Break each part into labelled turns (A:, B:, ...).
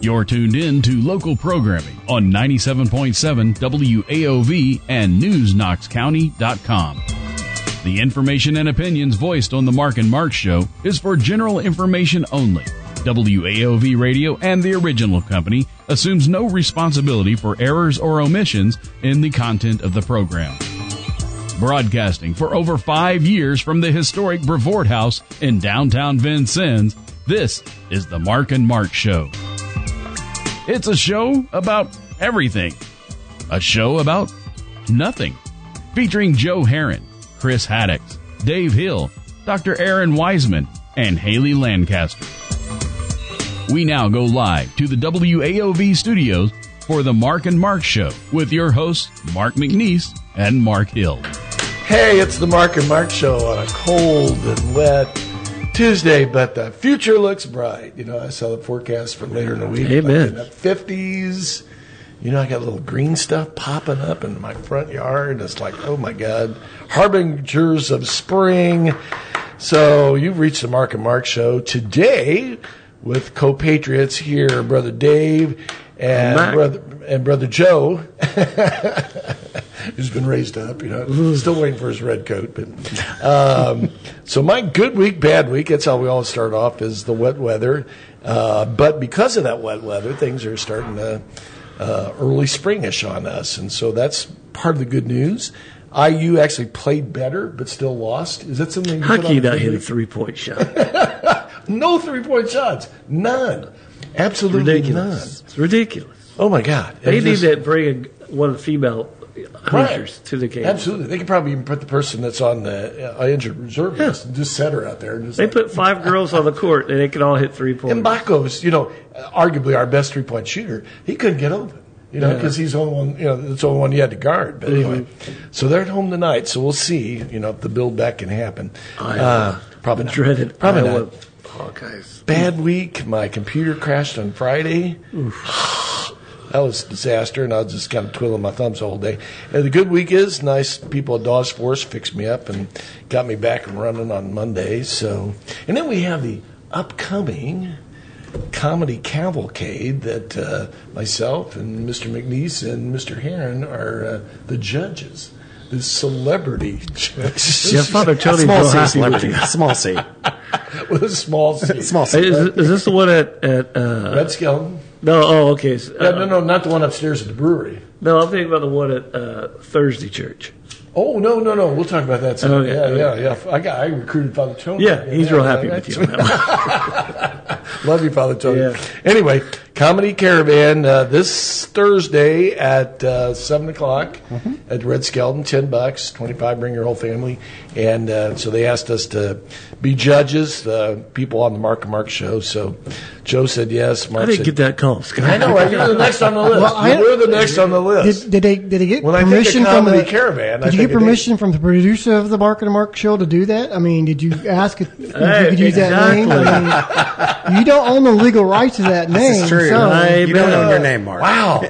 A: You're tuned in to local programming on 97.7 WAOV and NewsKnoxCounty.com. The information and opinions voiced on the Mark and Mark Show is for general information only. WAOV Radio and the original company assumes no responsibility for errors or omissions in the content of the program. Broadcasting for over five years from the historic Brevoort House in downtown Vincennes, this is the Mark and Mark Show. It's a show about everything, a show about nothing, featuring Joe Herron, Chris Haddocks, Dave Hill, Dr. Aaron Wiseman, and Haley Lancaster. We now go live to the WAOV studios for the Mark and Mark Show with your hosts, Mark McNeese and Mark Hill.
B: Hey, it's the Mark and Mark Show on a cold and wet Tuesday, but the future looks bright. You know, I saw the forecast for later in the week.
C: Amen.
B: like in the 50s. You know, I got little green stuff popping up in my front yard. It's like, oh my God, harbingers of spring. So you've reached the Mark and Mark Show today with compatriots here, Brother Dave and
C: Mark.
B: brother and Brother Joe who's been raised up, you
C: Mm-hmm.
B: know, still waiting for his red coat. But um, so my good week, bad week. That's how we all start off is the wet weather. Uh, but because of that wet weather, things are starting to uh, early springish on us, and so that's part of the good news. IU actually played better, but still lost. Is that something? You
C: How
B: put
C: can
B: on
C: you
B: the
C: not hit a
B: good
C: three point shot?
B: week? No three point shots. None. Absolutely
C: Ridiculous. It's ridiculous.
B: none. Oh my God!
C: They
B: It
C: need
B: just-
C: to bring a, one of the female hunters to the game.
B: Absolutely, they could probably even put the person that's on the uh, injured reserve list and just set her out there. And just
C: They
B: like,
C: put five girls on the court and they can all hit three points.
B: and Baco's, you know, arguably our best three point shooter. He couldn't get open, you know, because he's the only one, you know, that's the only one he had to guard. But
C: Mm-hmm.
B: anyway, so they're at home tonight, so we'll see, you know, if the build back can happen. Uh,
C: Iowa.
B: probably not.
C: Dreaded
B: Probably
C: Iowa
B: not.
C: Hawkeyes.
B: Bad week. My computer crashed on Friday. That was a disaster, and I was just kind of twiddling my thumbs all day. And the good week is nice people at Dawes Force fixed me up and got me back and running on Monday. So, and then we have the upcoming comedy cavalcade that uh, myself and Mr. McNeese and Mr. Heron are uh, the judges. The celebrity judges.
C: Your father Tony
D: small
C: Bill
D: C
C: Hackey
D: celebrity. Small C.
B: with a small C.
D: Small
C: Hey,
D: C.
C: Is, is this the one at, at uh,
B: Red Skeleton.
C: no? Oh, okay. So,
B: No,
C: uh,
B: no, no, not the one upstairs at the brewery.
C: no, I'm thinking about the one at uh, Thursday Church.
B: Oh no, no, no. We'll talk about that. Soon.
C: Okay,
B: yeah,
C: okay.
B: yeah, yeah. I got. I recruited Father Tony.
C: Yeah, he's real happy with you. on that one.
B: Love you, Father Tony.
C: Yeah.
B: Anyway, Comedy Caravan uh, this Thursday at uh, seven o'clock
C: Mm-hmm.
B: at Red Skeleton. Ten bucks, twenty-five. Bring your whole family. And uh, so they asked us to be judges, uh, people on the Mark and Mark show. So Joe said yes. Mark
C: I didn't
B: said,
C: get that call, Scott.
B: I know. right? You're the next on the list.
E: Well, I-
B: You're the next on the list.
E: Did, did they did they get
B: When I think of
E: permission from
B: Comedy
E: the
B: Caravan, I
E: Did you
B: think
E: get
B: of Dave.
E: permission from the producer of the Mark and Mark show to do that? I mean, did you ask if if
C: Hey,
E: you could use that name? I mean, you don't own the legal rights to that name.
D: This is true.
E: So,
C: I-
D: you don't
C: Amen.
D: know your name, Mark.
B: Wow!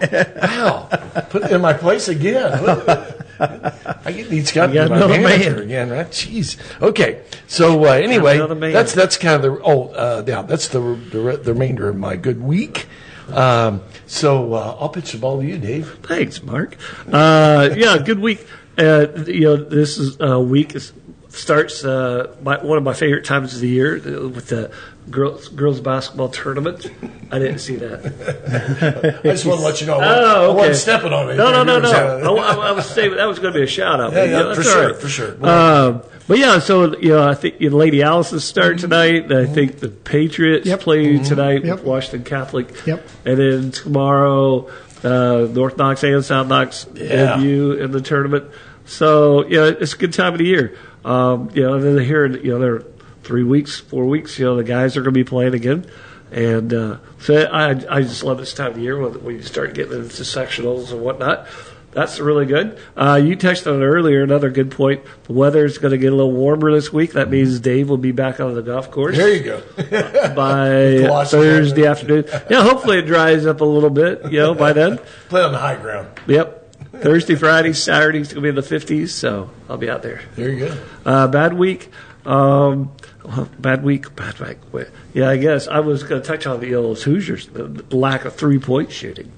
B: Wow! Put it in my place again. I get these got
C: You got
B: my
C: another
B: manager
C: man.
B: again, right? Jeez. Okay. So uh, anyway,
C: another man.
B: that's that's kind of the oh uh, yeah, that's the, the re- the remainder of my good week. Um, so uh, I'll pitch the ball to you, Dave.
C: Thanks, Mark. Uh, yeah, good week. Uh, you know, this is uh, week is, starts uh, my, one of my favorite times of the year uh, with the girls girls basketball tournament. I didn't see that.
B: I just want to let you know. I wasn't,
C: Oh,
B: I
C: okay.
B: wasn't stepping on it.
C: No, no, no, no.
B: Yeah,
C: I, I- I was saying that was going to be a shout out.
B: yeah,
C: but, you know,
B: for
C: that's all
B: sure,
C: right.
B: for sure.
C: Um, but yeah, so you know, I think you know, Lady Alice's
B: Mm-hmm.
C: start tonight. I think the Patriots
E: Yep.
C: play tonight
E: Yep.
C: with Washington Catholic.
E: Yep.
C: And then tomorrow, uh, North Knox and South Knox
B: Yeah.
C: debut in the tournament. So yeah, it's a good time of the year. Um, you know, and then here, you know, there are three weeks, four weeks. You know, the guys are going to be playing again. And uh, so I, I just love this time of year when, when you start getting into sectionals and whatnot. That's really good. Uh, you touched on it earlier another good point. The weather is going to get a little warmer this week. That means Dave will be back on the golf course
B: there you go.
C: by
B: Velocity.
C: Thursday afternoon. Yeah, hopefully it dries up a little bit, you know, by then.
B: Play on the high ground.
C: Yep. Thursday, Friday, Saturday's going to be in the 50s, so I'll be out there.
B: There you go.
C: Uh, bad week. Um, Huh, Bad week, bad week. Wait. Yeah, I guess I was going to touch on the you know, those Hoosiers, the the lack of three point shooting.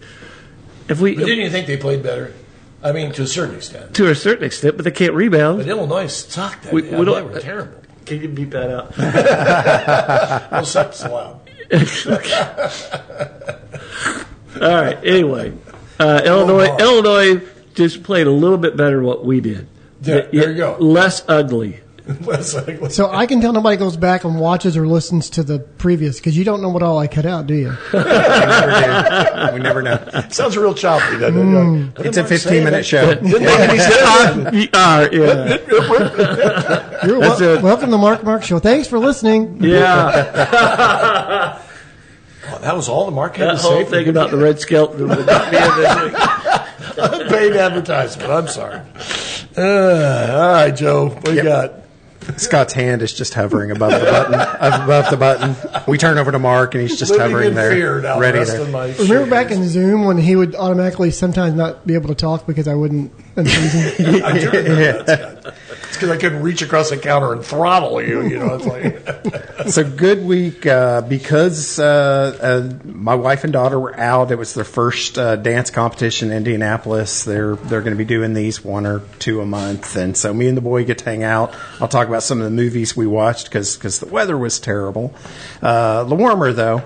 C: If we,
D: But didn't you think they played better? I mean, to a certain extent.
C: to a certain extent, but they can't
D: But
C: rebound.
D: Illinois sucked that
C: We-
D: day.
C: we
D: I mean,
C: don't-
D: they were terrible.
C: Can you beat that up?
D: No sucks allowed.
C: All right. Anyway, uh, Illinois,
D: my.
C: Illinois just played a little bit better than what we did.
D: There-
C: Th-
D: there you
C: yeah,
D: go.
C: Less ugly.
D: It's like,
E: So I can tell nobody goes back and watches or listens to the previous because you don't know what all I cut out, do you?
F: we never know.
B: Sounds real choppy, doesn't it?
F: It's a 15 minute show.
C: Uh, y- uh, yeah.
E: You're
C: That's
E: wel-
C: it.
E: welcome to the Mark Mark Show. Thanks for listening.
C: yeah.
B: Oh, that was all the market had
C: That
B: to say.
C: whole
B: for
C: thing
B: good-
C: about the red skeleton. would not be in this.
B: paid advertisement. I'm sorry. Uh, all right, Joe. What do you got?
F: Scott's hand is just hovering above the button. above the button. We turn over to Mark, and he's just
B: Living
F: hovering
B: in
F: there,
B: fear now.
F: ready
B: rest
F: there.
B: in my
E: Remember
B: shame.
E: back in Zoom when he would automatically sometimes not be able to talk because I wouldn't.
B: I do remember that, Scott. It's because I couldn't reach across the counter and throttle you. You know, it's like
F: So good week uh, because uh, uh, my wife and daughter were out. It was their first uh, dance competition in Indianapolis. They're they're going to be doing these one or two a month, and so me and the boy get to hang out. I'll talk about some of the movies we watched because the weather was terrible. Uh, the warmer though,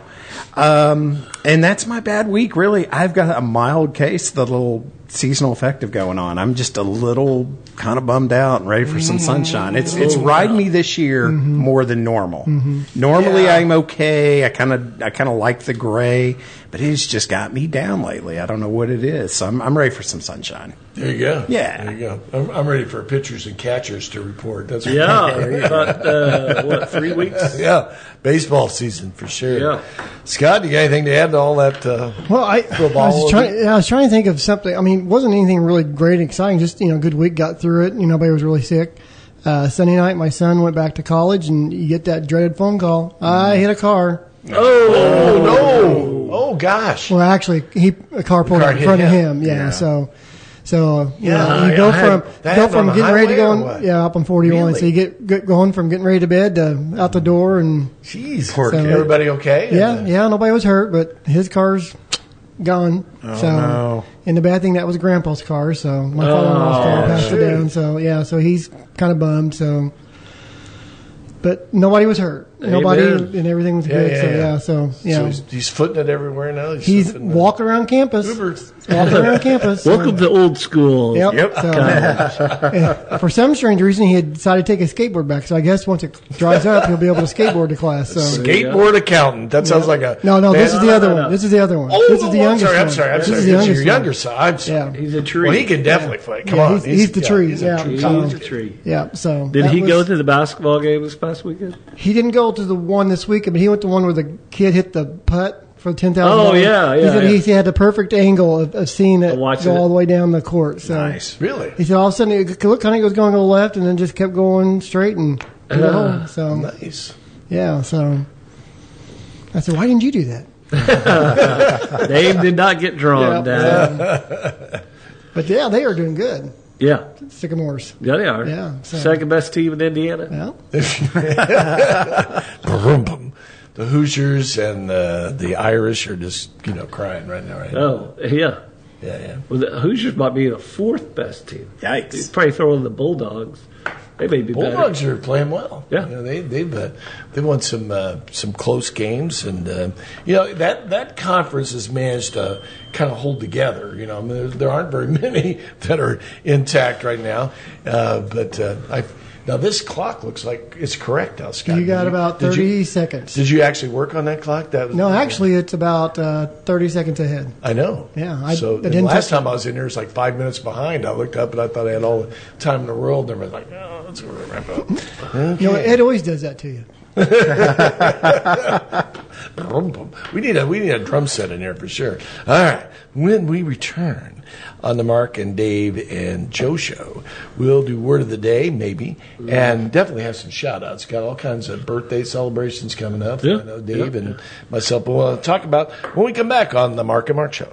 F: um, and that's my bad week. Really, I've got a mild case. of The little seasonal effective going on. I'm just a little kind of bummed out and ready for some sunshine. It's it's riding me this year more than normal. Normally I'm okay. I kind of I kind of like the gray, but it's just got me down lately. I don't know what it is. So I'm I'm ready for some sunshine.
B: there you go.
F: Yeah.
B: there you go. I'm, I'm ready for pitchers and catchers to report. That's what-
C: Yeah. About, uh, what, three weeks?
B: yeah. Baseball season for sure.
C: Yeah.
B: Scott, you got anything to add to all that? Uh,
E: Well, I, I
B: ball
E: was trying. I was trying to think of something. I mean, wasn't anything really great, and exciting. Just you know, good week, got through it. You know, nobody was really sick. Uh, Sunday night, my son went back to college, and you get that dreaded phone call. I hit a car.
B: oh no! Oh gosh!
E: Well, actually, he a car pulled
B: car
E: out in
B: hit
E: front of
B: him.
E: him. Yeah,
F: Yeah.
E: so. So you,
B: Yeah,
E: know,
B: I-
E: you go
B: I had-
E: from
B: that
E: go
B: happened on
E: from
B: the
E: getting ready to
B: highway or
E: go
B: what?
E: yeah up on forty one. So
B: Really?
E: you get, get going from getting ready to bed to out the door and
B: Jeez,
F: Poor kid.
B: Everybody okay? uh,
E: Yeah, yeah, nobody was hurt, but his car's gone. so,
F: no.
E: and the bad thing that was Grandpa's car, so my father-in-law's car passed it down. So yeah, so he's kind of bummed. So, but nobody was hurt. Nobody
C: Amen.
E: and everything was good.
B: yeah,
E: so
B: yeah.
E: yeah, so yeah,
B: So he's, he's footing it everywhere now.
E: he's
B: footing it.
E: walking around campus.
B: Uber's-
E: Walking around campus. so-
C: Welcome to old school.
E: Yep.
F: Yep.
E: So, uh, for some strange reason, he had decided to take his skateboard back. So I guess once it dries up, he'll be able to skateboard to class. So
B: Skateboard accountant. That sounds like a
E: No, no,
B: that-
E: this is the other one. This is the other one.
B: Oh,
E: this is the
B: I'm
E: youngest
B: sorry.
E: one.
B: I'm sorry. I'm
E: this
B: sorry.
E: is the
B: It's your
E: youngest one.
B: younger son. I'm sorry.
E: Yeah.
C: He's a tree.
B: Well, he can definitely play. Come
E: Yeah,
B: on.
E: he's- he's the tree,
B: he's a
E: yeah.
B: tree.
E: So-
C: He's a tree.
E: Yeah. So
C: Did
E: that
C: he go
E: was-
C: to the basketball game this past weekend?
E: He didn't go to the one this week, but he went to one where the kid hit the putt for ten thousand.
C: Oh, yeah,
E: He
C: yeah,
E: said
C: yeah.
E: he, he had the perfect angle of, of seeing it
C: Of
E: go
C: watching it.
E: all the way down the court. So
B: Really?
E: he said all of a sudden it looked kind of was going to the left, and then just kept going straight and
C: Uh.
E: to the hole. So
B: Nice.
E: yeah, so I said, why didn't you do that?
C: Name did not get drawn down.
E: But yeah, they are doing good.
C: Yeah.
E: Sycamores.
C: Yeah, they are.
E: Yeah, so-
C: Second best team in Indiana.
E: Yeah.
B: Vroom, boom. The Hoosiers and uh, the Irish are just you know crying right now, right?
C: Oh, yeah.
B: Yeah, yeah.
C: Well, the Hoosiers might be the fourth best team. You
F: Yikes!
C: probably throw in the Bulldogs. They may be better.
B: Bulldogs are playing well.
C: Yeah.
B: You know, they they've uh, they won some uh, some close games, and uh, you know that that conference has managed to kind of hold together. You know, I mean, there, there aren't very many that are intact right now, uh, but uh, I now this clock looks like it's correct now, Scott.
E: You got
B: Did
E: about
B: did
E: thirty
B: you-
E: seconds.
B: Did you actually work on that clock? That was,
E: no, actually, it's about uh, thirty seconds ahead.
B: I know.
E: Yeah, I-
B: so
E: I
B: and
E: didn't
B: last
E: touch it.
B: time I was in here, it was like five minutes behind. I looked up and I thought I had all the time in the world. And everybody's like, "Oh, that's going to wrap up."
E: You know, Ed always does that to you.
B: Brum, bum. We need a we need a drum set in here for sure. All right. When we return on the Mark and Dave and Joe show, we'll do word of the day maybe, and definitely have some shout outs. Got all kinds of birthday celebrations coming up.
C: Yeah.
B: I know Dave and myself will uh, talk about when we come back on the Mark and Mark show.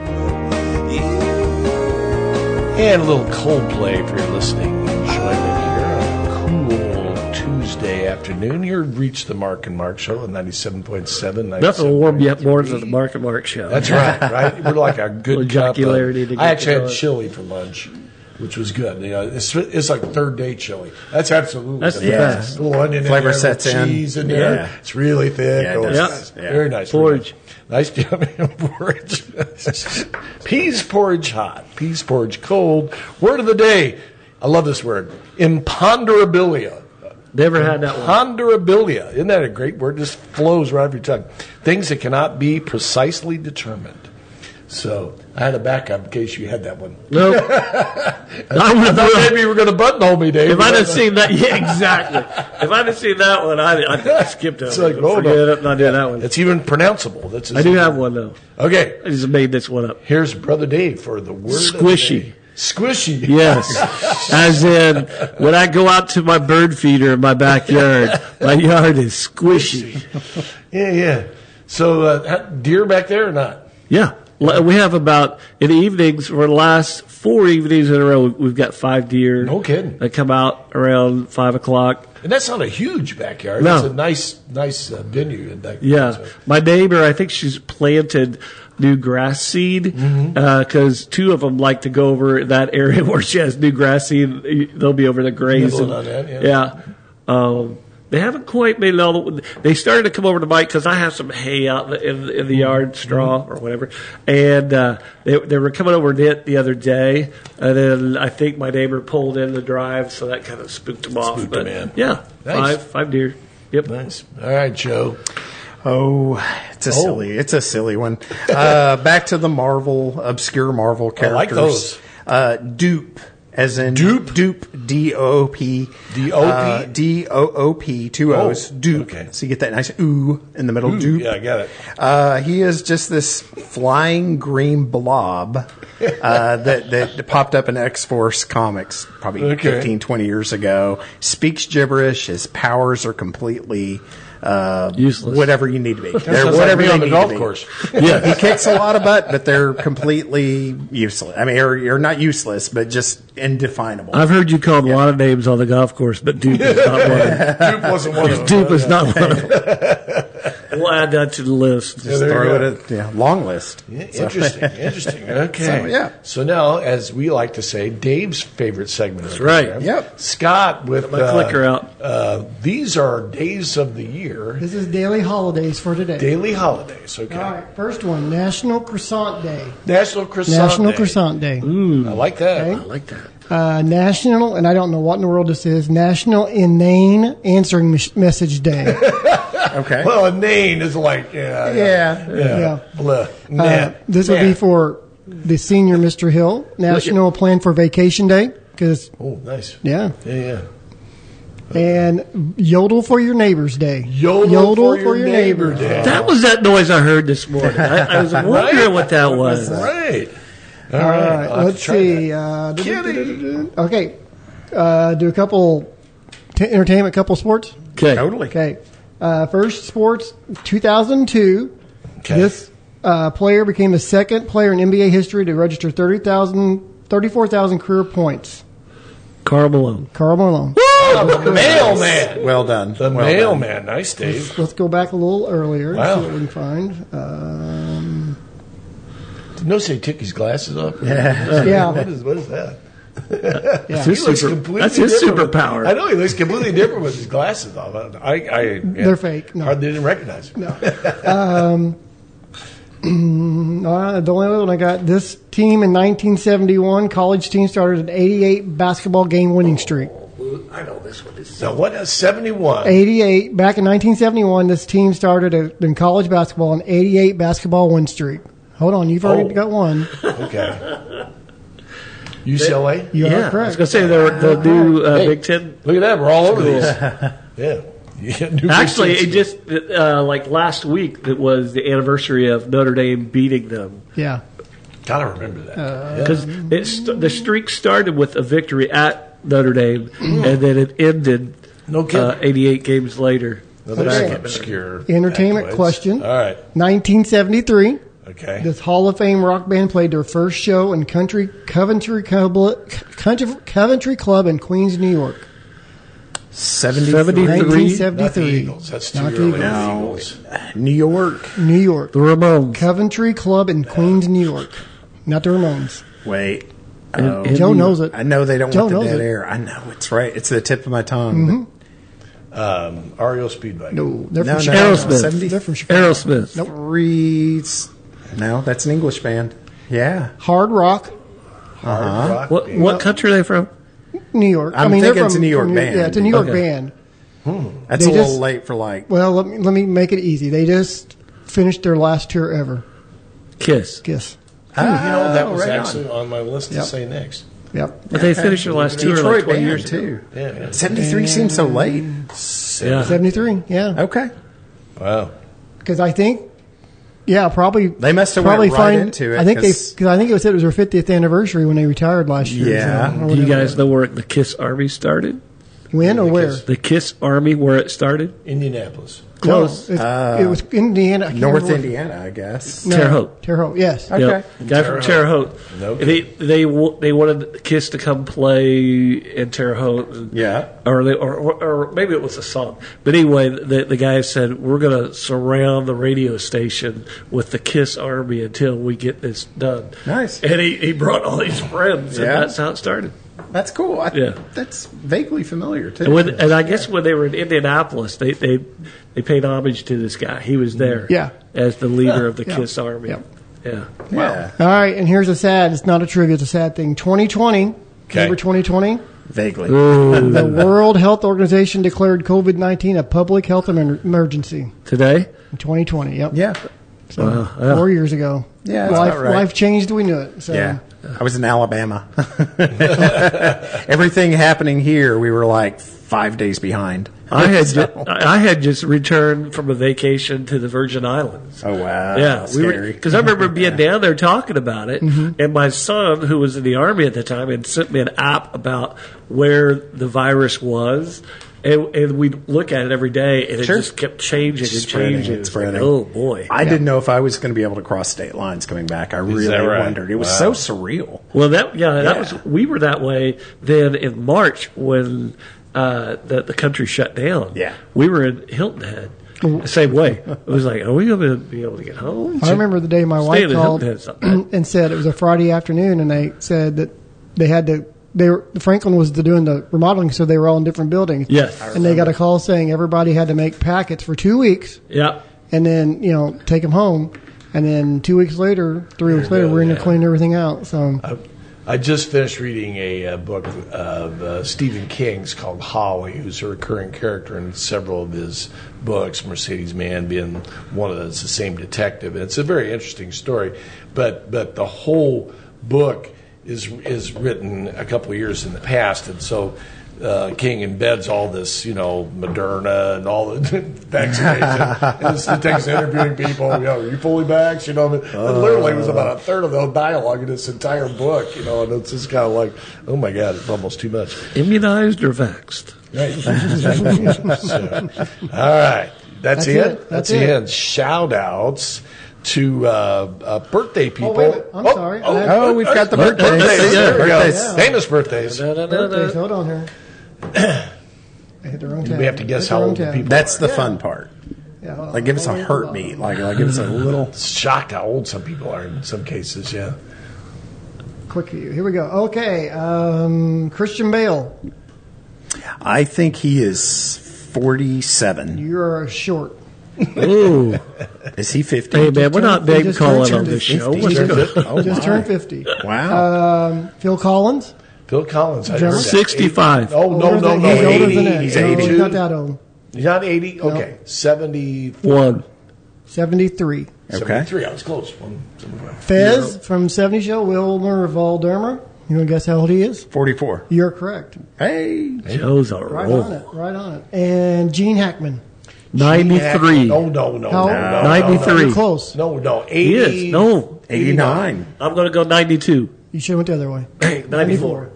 B: And a little Coldplay if you're listening. Enjoying it here on a cool Tuesday afternoon. You're reached the Mark and Mark show at 97.7.
C: Nothing will
B: 97.
C: warm you up more than the Mark and Mark show.
B: That's right, right? We're like a good
C: Little
B: cup of-
C: jocularity to get
B: I actually
C: you
B: had
C: going.
B: chili for lunch, which was good. You know, it's, it's like third day chili. That's absolutely
C: That's the best.
B: Little onion in
F: Flavor
B: there,
F: sets
B: little
F: in.
B: cheese in there.
F: Yeah.
B: It's really thick.
F: Yeah, it
B: Oh, it's
C: does.
B: nice.
F: Yeah.
B: Very nice.
C: Porridge.
B: Nice yummy porridge. Peas porridge hot. Peas porridge cold. Word of the day. I love this word. Imponderabilia.
C: Never had that one.
B: Ponderabilia. Isn't that a great word? Just flows right off your tongue. Things that cannot be precisely determined. So I had a backup in case you had that one.
C: No, I would have
B: Maybe you were going to buttonhole me, Dave.
C: If I'd have seen that, yeah, exactly. If I'd have seen that one, I'd, I'd skip that.
B: It's
C: one.
B: like, hold
C: Forget
B: on.
C: it, not doing that one.
B: It's even pronounceable. That's
C: I do have one though.
B: Okay,
C: I just made this one up.
B: here's Brother Dave for the word. of the
C: Squishy.
B: day. Squishy.
C: Yes, as in when I go out to my bird feeder in my backyard, my yard is squishy.
B: Yeah, yeah. So uh, ha- deer back there or not?
C: Yeah, L- we have about in the evenings for the last four evenings in a row, we've got five deer.
B: No kidding.
C: They come out around five o'clock.
B: And that's not a huge backyard.
C: No.
B: It's a nice, nice uh, venue in that.
C: Yeah,
B: so-
C: my neighbor, I think she's planted new grass seed because
B: Mm-hmm.
C: two of them like to go over that area where she has new grass seed. They'll be over the graze.
B: Nibbled
C: and-
B: on that, yeah.
C: yeah. Um, they haven't quite made it all. The, they started to come over to Mike because I have some hay out in, in the yard,
B: Mm-hmm.
C: straw or whatever, and uh, they, they were coming over to it the other day. And then I think my neighbor pulled in the drive, so that kind of spooked them off.
B: Spooked
C: but
B: 'em in.
C: yeah,
B: Nice.
C: five five deer. Yep.
B: Nice. All right, Joe.
F: Oh, it's a silly. It's a silly one. Uh, back to the Marvel obscure Marvel characters.
B: like those.
F: Uh, dupe, as in
B: Dupe?
F: dupe, D O O P,
B: D-O-P?
F: uh, D O O P, two
B: Oh,
F: O's, dupe.
B: okay.
F: So you get that nice ooh in the middle. dupe.
B: Yeah, I got it.
F: Uh, he is just this flying green blob uh, that, that popped up in X Force comics probably
B: Okay.
F: fifteen, twenty 15, 20 years ago. Speaks gibberish. His powers are completely uh,
C: Useless.
F: Whatever you need to be. They're
B: Sounds like
F: whatever
B: me
F: they
B: on the
F: need
B: golf
F: to be.
B: course.
F: Yeah, he kicks a lot of butt, but they're completely useless. I mean, or, or not useless, but just indefinable.
C: I've heard you called a lot of names on the golf course, but Dupe is not one. of them.
B: Dupe wasn't one of them.
C: Dupe is not one. of them. We'll add that to the list.
B: Yeah, there you
F: Throw
B: go.
F: it at- yeah, long list.
B: Yeah, Interesting, interesting. Okay.
F: So, yeah.
B: So now, as we like to say, Dave's favorite segment. That's
C: right.
F: Yep.
B: Scott with
C: my clicker out.
B: Uh, these are days of the year,
E: This is daily holidays for today.
B: daily holidays. Okay.
E: All right, first one National Croissant Day.
B: National croissant.
E: National
B: Day.
E: Croissant
B: I
E: Day.
B: like that.
E: Okay.
C: I like that.
E: Uh, National, and I don't know what in the world this is, National Inane Answering Mes- Message Day.
F: Okay.
B: Well, a name is like yeah,
F: yeah.
B: yeah.
E: Yeah.
B: Blah. Nah.
E: Uh, this would
B: Nah.
E: be for the senior Mr. Hill, National Plan for Vacation Day, because,
B: Oh, nice.
E: yeah.
B: Yeah, yeah.
E: And Yodel for Your Neighbors Day.
B: Yodel, for, your, neighbor, day.
C: That was that noise I heard this morning. I, I was wondering what that was.
B: Right.
E: All
B: I'll
E: right,
B: have to
E: let's
B: try
E: see.
B: that.
E: Uh, duh, duh, duh, duh,
B: Kitty.
E: duh, duh. okay, uh, do a couple t- entertainment, couple sports.
C: Okay.
F: Totally.
E: Okay, uh, first sports 2002.
B: Okay.
E: This uh, player became the second player in NBA history to register 30,000, 34,000 career points.
C: Carl Malone.
E: Carl Malone.
B: the mailman.
F: Well done.
B: The
F: well done.
B: Oh, mailman. Nice, Dave.
E: Let's go back a little earlier. and
B: Wow.
E: See what we can find. Um,
B: No, say took his glasses off. What
E: yeah.
B: is what is that?
E: yeah.
C: His
B: looks
C: super-
B: completely
C: that's his
B: different.
C: superpower.
B: I know he looks completely different with his glasses off. I, I, I yeah.
E: They're fake. No.
B: Hardly didn't recognize him.
E: Uh, the only other one I got. This team in 1971, college team started an 88 basketball game winning streak.
C: I know this one is.
B: So what? Seventy one.
E: 88 back in 1971, this team started a, in college basketball an 88 basketball win streak. Hold on, you've already
B: Oh.
E: got one.
B: Okay. UCLA?
E: You
C: yeah,
E: are
C: I was
E: correct.
C: gonna say the the new uh,
B: Hey.
C: Big Ten.
B: Look at that. We're all over these. Yeah. yeah New Big
C: Actually,
B: Ten
C: it just uh, like last week that was the anniversary of Notre Dame beating them
E: yeah,
B: kind of remember that.
E: Uh,
C: because it st- the streak started with a victory at Notre Dame and then it ended
B: No kidding.
C: uh, 88 games later.
B: No, there's
E: Okay.
B: some obscure
E: Entertainment
B: accolades.
E: question.
B: All right.
E: 1973.
B: Okay.
E: This Hall of Fame rock band played their first show in country Coventry Club, Country, Coventry Club in Queens, New York.
F: 73.
B: Not the
E: 1973.
B: Eagles. That's too
E: Not the
B: early.
E: Eagles.
B: The
F: No.
B: Eagles.
F: New York.
E: New York.
C: The Ramones.
E: Coventry Club in Queens, New York. Not the Ramones.
F: Wait.
C: And-
F: Oh.
C: and-
E: Joe knows it.
F: I know they don't
E: Joe
F: want the
E: knows
F: dead
E: it.
F: air. I know it's right. It's the tip of my tongue.
B: Um, REO Speedwagon.
E: No, they're
F: No,
E: from
F: no,
E: Chicago.
C: Aerosmith.
E: They're from Chicago.
C: Aerosmith.
E: Nope.
F: Three. No, that's an English band. Yeah.
E: Hard rock,
B: Hard rock
C: What,
B: band.
E: Uh,
C: what country are they from?
E: New York.
F: I'm
E: they're
F: thinking it's a New York
E: from
F: band.
E: Yeah, it's a New York
C: Okay.
E: band.
F: That's
E: They
F: a little
E: just-
F: late for like.
E: Well, let me, let me make it easy. They just finished their last tour ever.
C: Kiss.
E: Kiss.
B: You know, that
F: Oh,
B: was
F: right on.
B: actually on. my list
E: Yep.
B: to say next.
E: Yep.
F: Uh-huh.
C: But they finished their last tour like
F: Detroit
C: 20
F: band
C: years ago.
F: too.
B: Yeah, yeah.
F: Seventy-three seems so late.
C: Yeah.
E: 73. Yeah.
F: Okay.
B: Wow.
E: Because I think, yeah, probably.
F: They must have
E: probably
F: went right
E: find,
F: into it,
E: I think they,
F: 'cause-
E: because I think it was, it was their 50th anniversary when they retired last year.
F: Yeah.
E: so- or
C: Do you
E: whatever.
C: guys know where the Kiss Army started?
E: when or where?
C: The Kiss Army, where it started?
B: Indianapolis.
C: Close.
E: No, it's- it was Indiana. I can't
F: Uh, North
E: remember.
F: Indiana, I guess.
E: No,
C: Terre Haute.
E: Terre Haute, yes.
F: Okay.
C: Yep. Guy from Terre Haute.
B: No
C: they they wa- they wanted Kiss to come play in Terre Haute. and-
F: Yeah.
C: Or, they, or, or or maybe it was a song. But anyway, the, the guy said, We're going to surround the radio station with the Kiss Army until we get this done.
F: Nice.
C: And he, he brought all these friends, and
F: Yeah.
C: that's how it started.
F: That's cool. I,
C: Yeah.
F: That's vaguely familiar too.
C: And, when, and I guess when they were in Indianapolis, they, they, they paid homage to this guy. He was there
E: Yeah.
C: as the leader of the
E: Yeah.
C: Kiss Army.
E: Yeah.
C: Yeah.
F: yeah.
E: All right, and here's a sad. It's not a trivia. It's a sad thing. 2020. Remember 2020?
F: Vaguely.
E: Uh, The World Health Organization declared COVID 19 a public health emer- emergency
C: Today?
E: in 2020. Yep.
F: Yeah.
E: So, Four years ago.
F: Yeah, that's
E: Life,
F: about right.
E: life changed. We knew it. So.
F: Yeah. I was in Alabama. Everything happening here, we were like five days behind.
C: I had
F: So-
C: ju- I I had just returned from a vacation to the Virgin Islands.
F: oh wow.
C: yeah,
F: Scary. Mm-hmm.
C: because I remember being down there talking about it, and my son, who was in the army at the time, had sent me an app about where the virus was. And, and we'd look at it every day, and it
F: Sure.
C: just kept changing and
F: Spreading,
C: changing. It
F: it's
C: was
F: spreading.
C: Like, oh boy!
F: I didn't know if I was going to be able to cross state lines coming back. I really
B: that right?
F: wondered. It was
B: Wow.
F: so surreal.
C: Well, that yeah, that
F: Yeah.
C: was we were that way then in March when uh, the the country shut down.
F: Yeah.
C: we were in Hilton Head. the Same way. It was like, are we going to be able to get home?
E: I remember the day my
C: Stay in
E: wife
C: the
E: called
C: Hilton Head's not bad.
E: and said it was a Friday afternoon, and they said that they had to. They were, Franklin was doing the remodeling, so they were all in different buildings.
C: Yes. I
E: and they got a call saying everybody had to make packets for two weeks,
C: Yeah.
E: and then you know take them home, and then two weeks later, three weeks later,
B: go,
E: we're in there
B: yeah.
E: cleaning everything out. So
B: I, I just finished reading a, uh book of uh, Stephen King's called Holly, who's a recurring character in several of his books, Mercedes Mann being one of them. It's the same detective. It's a very interesting story, but but the whole book is is written a couple of years in the past, and so. Uh, King embeds all this, you know, Moderna and all the vaccination. and this detective's interviewing people, you know, you fully vaxxed, you know. And literally, it was
E: Uh.
B: about a third of the dialogue in this entire book, you know, and it's just kind of like, oh my God, it's almost too much.
C: Immunized or vaxxed?
B: Right. So, all right. That's,
E: That's
B: it.
E: it.
B: That's
E: That's
B: the
E: it.
B: end. Shout outs to uh, uh, birthday people.
E: Oh, wait a minute. I'm sorry. I had-
F: Oh, we've got the birthdays.
B: Birthdays.
F: Yeah,
B: There we go.
F: birthdays.
B: Famous birthdays.
E: birthdays, hold on here. I hit the wrong tab.
B: We have to guess
E: Hit
B: how
E: wrong
B: old the
E: tab.
B: people-
F: That's the fun part.
E: Yeah, hold on.
F: Like, give us a hurt me. Like, like give us a little.
B: Shocked how old some people are in some cases, yeah.
E: Quick view. Here we go. Okay, um, Christian Bale,
F: I think he is forty-seven.
E: you're short.
C: Ooh.
F: Is he fifty?
C: Hey, man, we're not
E: They
C: big
E: just
C: calling
E: turned
C: on this
E: fifty.
C: show.
E: They
C: What's
E: just-
C: going on?
F: Oh,
E: Just
F: my.
E: turned 50.
F: Wow.
E: Phil Collins?
B: Phil Collins. I heard that.
C: 65.
B: Oh, no, no,
E: Older than-
B: no.
E: He's older than
B: 80.
E: that.
F: he's
E: No,
F: 80.
E: he's not that old.
B: He's not 80? Okay. 70.
C: One.
E: 73.
F: Okay.
B: 73. I was close. One, 75.
E: Fez from 70 Show, Wilmer Valdermer. You want to guess how old he is?
F: 44.
E: You're correct.
F: Hey.
C: Joe's a
E: Right
B: Oh.
E: on
C: roll.
E: it. Right on it. And Gene Hackman.
C: 93.
B: No, no, no,
E: How
B: Oh, no,
E: old?
B: no,
C: Ninety-three.
E: You're close.
B: No, no. 80.
C: He is. No.
F: 89.
C: I'm going to go 92.
E: You should have went the other way.
C: 94.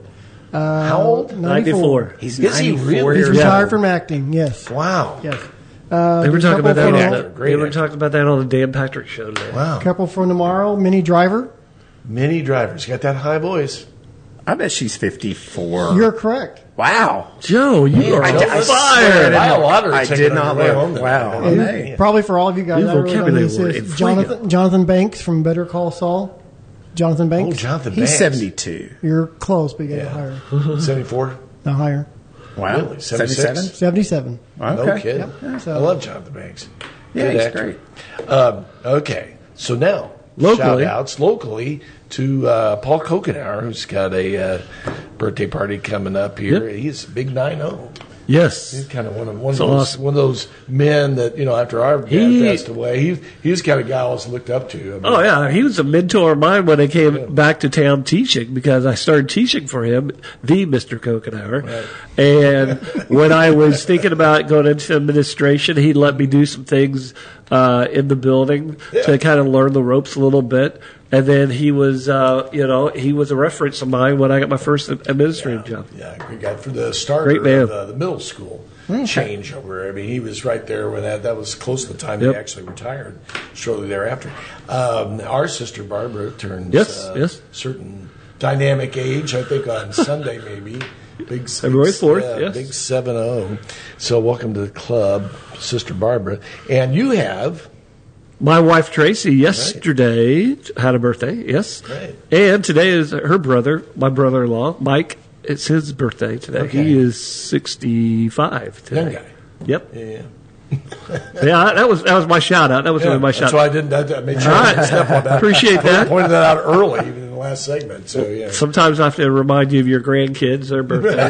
B: How old?
C: 94.
F: He's
B: Is he
F: 94
B: really?
E: He's
F: years
E: retired
F: old.
E: from acting. Yes.
B: Wow.
E: Yes.
C: They were talking about
E: Uh, couple
C: that on
E: photos.
C: the, they
B: Great
C: were
B: actor.
C: talking about that on the Dan Patrick show today.
B: Wow.
E: Couple from tomorrow, Mini Driver.
B: Many drivers got that high voice.
F: I bet she's 54.
E: You're correct.
F: wow.
C: Joe, you are
F: I,
C: on
F: di- I swear I
C: fire.
F: did
B: Buy a
F: not-
B: lottery
F: I
B: ticket
F: did
B: on
F: not
B: the way
F: look.
B: home then.
F: Wow.
B: And
F: Hey.
E: Probably for all of you guys,
C: Your
E: I really don't know
C: vocabulary
E: who this
C: word
E: is.
C: is
E: Jonathan Jonathan Banks from Better Call Saul. Jonathan
B: Oh,
E: Banks.
B: Jonathan Banks.
F: He's 72.
E: You're close, but you got higher.
B: 74.
E: No higher.
F: Wow.
B: Really? 76?
F: 77?
E: Seventy-seven.
F: Okay.
B: No kid.
E: So-
B: I love Jonathan Banks.
F: Yeah,
B: Good
F: he's
B: actor.
F: great.
B: Um, okay, so now shout
C: Locally.
B: outs locally to uh, Paul Kokenauer, who's got a uh, birthday party coming up here.
C: Yep.
B: He's a big nine zero.
C: Yes.
B: He's kind of one of one of
C: That's
B: those
C: awesome.
B: one of those men that you know after our dad
C: He-
B: passed away, he he's kind of guy I was looked up to. I mean,
C: Oh yeah, he was a mentor of mine when I came back to town teaching because I started teaching for him, the Mister Kokenauer. And when I was thinking about going into administration, he let me do some things uh, in the building to kind of learn the ropes a little bit. And then he was, uh, you know, he was a reference of mine when I got my first administrative job.
B: Um, Yeah, great guy for the starter
C: Great man.
B: of
C: Hmm.
B: uh, the middle school changeover. I mean, he was right there when that. That was close to the time
C: Yep.
B: he actually retired. Shortly thereafter, um, our sister Barbara turns uh,
C: Yes, yes.
B: certain dynamic age. I think on Sunday maybe. Big,
C: February 4th,
B: yeah,
C: yes.
B: Big seven zero. So welcome to the club, Sister Barbara, and you have
C: My wife Tracy yesterday had a birthday. Yes,
B: Right.
C: and today is her brother, my brother-in-law Mike. It's his birthday today.
B: Okay.
C: He is sixty-five
B: Young
C: today.
B: guy.
C: Yep.
B: yeah.
C: Yeah, that was that was my shout out. That was really my
B: that's
C: shout
B: why I
C: out.
B: didn't. I I made sure
C: All
B: I didn't step on
C: right,
B: that.
C: appreciate that.
B: Pointed that out early, even in the last segment. So yeah,
C: Sometimes I have to remind you of your grandkids, their birthday.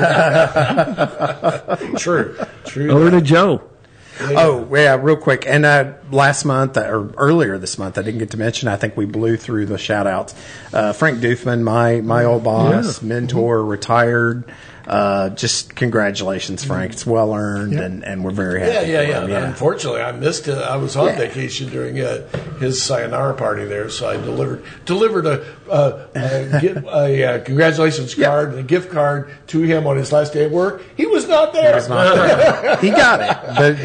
B: true, true.
C: Over to Joe.
F: Oh, yeah, real quick. And uh, last month, uh, or earlier this month, I didn't get to mention, I think we blew through the shout outs. Uh, Frank Doofman, my, my old boss, mentor, retired. Uh, just congratulations, Frank. It's well earned, and, and we're very
B: Oh, Yeah,
F: happy.
B: yeah,
F: for
B: yeah.
F: him,
B: Unfortunately, I missed it. I was on
F: Yeah.
B: vacation during uh, his sayonara party there, so I delivered delivered a, uh, a, gi- a, uh congratulations
F: Yeah.
B: card and a gift card to him on his last day at work. He was not there.
F: It's not fair. he got it, but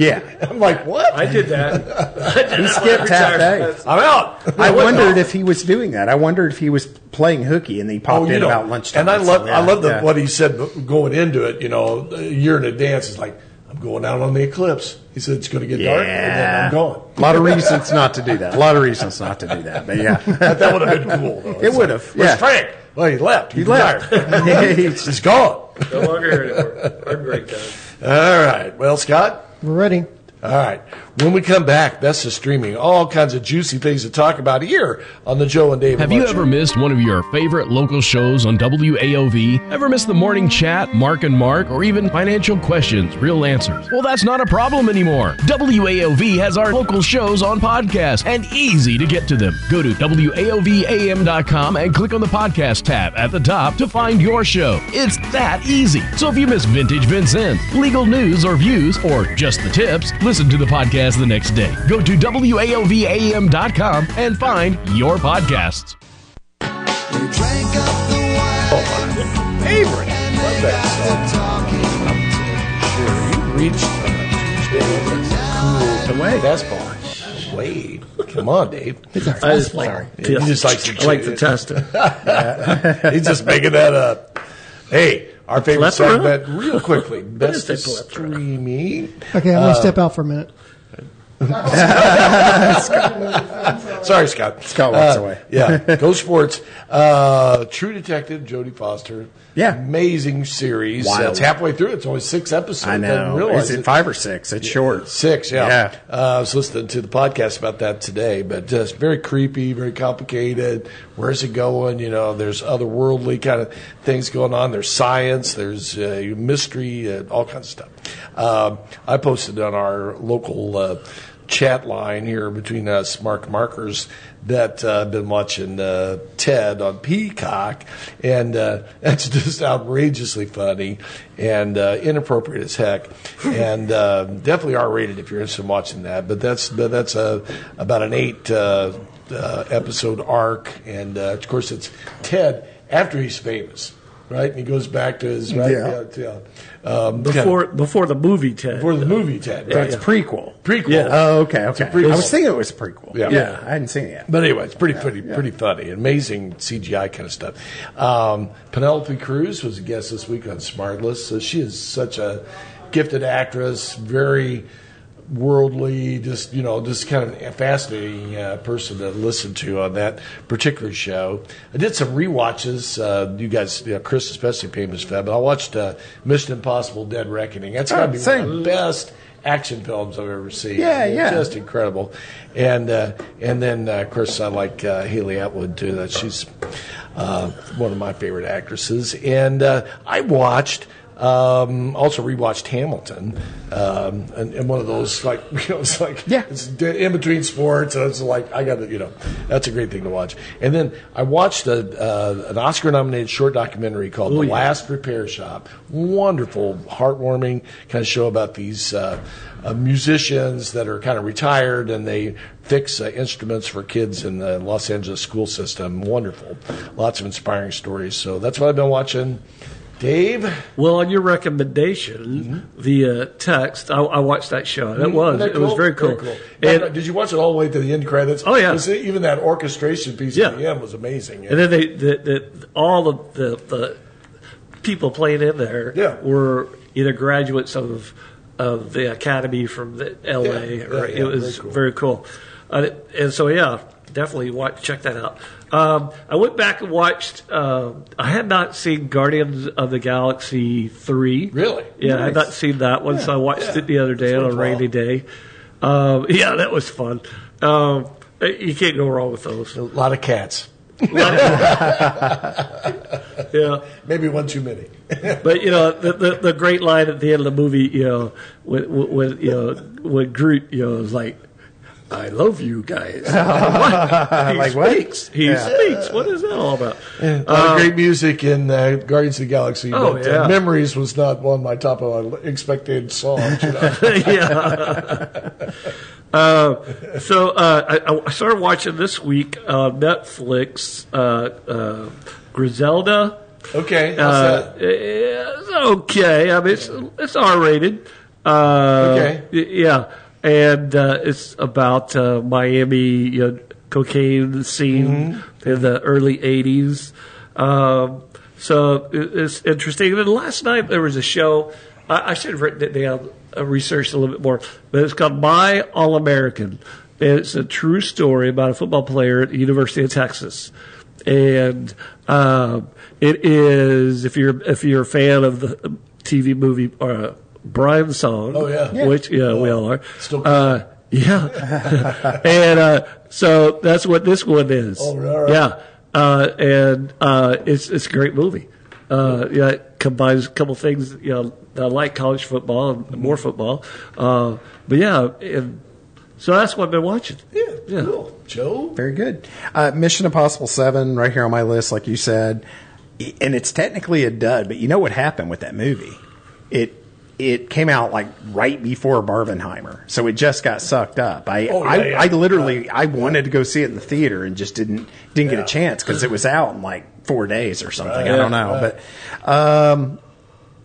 F: yeah,
B: I'm like, what? I,
C: did that.
F: he skipped half day.
B: am out.
F: I wondered if he was doing that. I wondered if he was playing hooky, and he popped in about lunchtime.
B: oh, And I
F: So,
B: love I
F: yeah,
B: love the,
F: yeah.
B: what he said b- going into it. You know, a year in advance is like I'm going out on the eclipse. He said it's going to get dark, and then I'm going.
F: A lot of reasons not to do that. A lot of reasons not to do that. But yeah,
B: That would have been cool. Though.
F: it would have.
B: Where's
F: Yeah.
B: Frank? Well, he left. He,
F: He left.
B: retired.
F: He's-
B: He's gone.
C: No longer here anymore. I'm great, guys.
B: All right. Well, Scott.
E: We're ready.
B: All right. When we come back, that's the streaming. All kinds of juicy things to talk about here on the Joe and Dave.
A: Have you ever missed one of your favorite local shows on WAOV? Ever missed the morning chat, Mark and Mark, or even financial questions, real answers? Well, that's not a problem anymore. WAOV has our local shows on podcast and easy to get to them. Go to WAOVAM.com and click on the podcast tab at the top to find your show. It's that easy. So if you miss Vintage Vincent, legal news or views, or just the tips, listen to the podcast the next day. Go to WAOVAM.com and find your podcasts.
B: favorite? Love that song. Sure, you reached uh, cool the way. That's bar. Wade. Come on, Dave.
C: I just like,
B: He just likes to
C: I like to test it.
B: He's just making that up. Hey, our favorite
C: Plethora?
B: segment, real quickly. Best
C: is a plethora?
B: streaming.
E: Okay, I'm going to step out for a minute.
B: Sorry, Scott.
F: Scott walks
B: Uh,
F: away.
B: yeah, go sports. Uh, True Detective, Jodie Foster.
F: Yeah.
B: amazing series.
F: Wild.
B: It's halfway through. It's only six episodes.
F: I
B: Didn't
F: know.
B: realize
F: Is it five or six? It's short.
B: Six, yeah.
F: Yeah.
B: Uh, I was listening to the podcast about that today, but just very creepy, very complicated. Where's it going? You know, there's otherworldly kind of things going on. There's science, there's uh, mystery, uh, all kinds of stuff. Um, I posted on our local uh, chat line here between us, Mark Markers, that uh, I've been watching uh, Ted on Peacock, and uh, that's just outrageously funny and uh, inappropriate as heck, and uh, definitely R-rated if you're interested in watching that. But that's that's a, about an eight uh, uh, episode arc, and uh, of course it's Ted after he's famous. Right, and he goes back to his right,
F: Yeah.
B: yeah, yeah. Um,
C: before before the movie Ted.
B: for the movie Ted.
F: But it's prequel.
B: Prequel.
C: Yeah.
F: Oh, okay, okay.
B: a prequel.
F: I was thinking it was a prequel.
B: Yeah.
F: I hadn't seen it yet.
B: But anyway, it's pretty pretty pretty funny. Amazing CGI kind of stuff. Um, Penelope Cruz was a guest this week on Smartless. So she is such a gifted actress, very worldly, just you know, just kind of a fascinating uh, person to listen to on that particular show. I did some rewatches. Uh, you guys, you know, Chris especially famous fan, but I watched uh, Mission Impossible: Dead Reckoning. That's got to
F: Oh,
B: be one of the
F: same.
B: best action films I've ever seen.
F: Yeah, yeah.
B: Just incredible. And uh, and then uh, of course I like uh, Haley Atwood too. That she's uh, one of my favorite actresses. And uh, I watched. Um, also rewatched Hamilton, um, and, and one of those like you know it's like
F: Yeah.
B: it's d- in between sports and it's like I got to you know that's a great thing to watch. And then I watched a, uh, an Oscar-nominated short documentary called The
C: yeah.
B: Last Repair Shop. Wonderful, heartwarming kind of show about these uh, uh, musicians that are kind of retired and they fix uh, instruments for kids in the Los Angeles school system. Wonderful. Lots of inspiring stories. So that's what I've been watching. Dave,
C: Well, on your recommendation via text, I, I watched that show. and It was
B: Isn't
C: it
B: that
C: was
B: cool?
C: very cool.
B: Now,
C: And,
B: now, did you watch it all the way to the end credits?
C: Oh, yeah.
B: You see, even that orchestration piece
C: Yeah.
B: at the end was amazing.
C: and then they the, the, all of the, the people playing in there
B: Yeah.
C: were either graduates of of the academy from the L.A.
B: Yeah,
C: or
B: yeah,
C: it
B: yeah,
C: was
B: very cool.
C: very cool. Uh, and so yeah, definitely watch check that out. Um, I went back and watched. Uh, I had not seen Guardians of the Galaxy three.
B: Really?
C: Yeah, I had
B: Nice.
C: not seen that one, so I watched
B: yeah.
C: it the other day on a
B: It's worthwhile.
C: rainy day. Um, yeah, that was fun. Um, you can't go wrong with those.
B: a lot of cats.
C: Yeah.
B: Maybe one too many.
C: But you know the, the the great line at the end of the movie, you know, when, when- when you know when Groot, you know, is like, "I love you guys." What? He
F: Like what?
C: speaks. He
F: Yeah.
C: speaks. What is that all about?
B: A lot of great music in uh, Guardians of the Galaxy.
C: Um, Oh,
B: but,
C: yeah.
B: uh, Memories was not one of my top of my expected songs. You know?
C: yeah. Uh, so uh, I, I started watching this week uh, Netflix uh, uh, Griselda.
B: okay, how's
C: Uh,
B: that?
C: it's okay. I mean, it's it's R rated. Uh,
B: Okay.
C: y- Yeah, and uh, it's about uh, Miami you know, cocaine scene
B: Mm-hmm.
C: in the early '80s. Um, so it, it's interesting. And then last night there was a show. I, I should have written it down, uh, researched a little bit more, but it's called My All American. And it's a true story about a football player at the University of Texas and um, it is if you're if you're a fan of the TV movie uh, Brian Song,
B: Oh, yeah. Yeah.
C: which yeah we all are
B: Still-
C: uh, yeah, and uh, so that's what this one is.
B: Oh, all right.
C: Yeah, uh, and uh, it's it's a great movie. Uh, yeah, it combines a couple things. You know, that I like college football and more football. Uh, but yeah, and so that's what I've been watching.
B: Yeah, cool. Joe?
F: Very good. Uh, Mission Impossible 7, right here on my list, like you said. I- And it's technically a dud, but you know what happened with that movie? It it came out like right before Barbenheimer, so it just got sucked up. I
B: Oh, yeah,
F: I,
B: yeah.
F: I literally I wanted to go see it in the theater and just didn't didn't get a chance because it was out in like four days or something. I don't know, but um,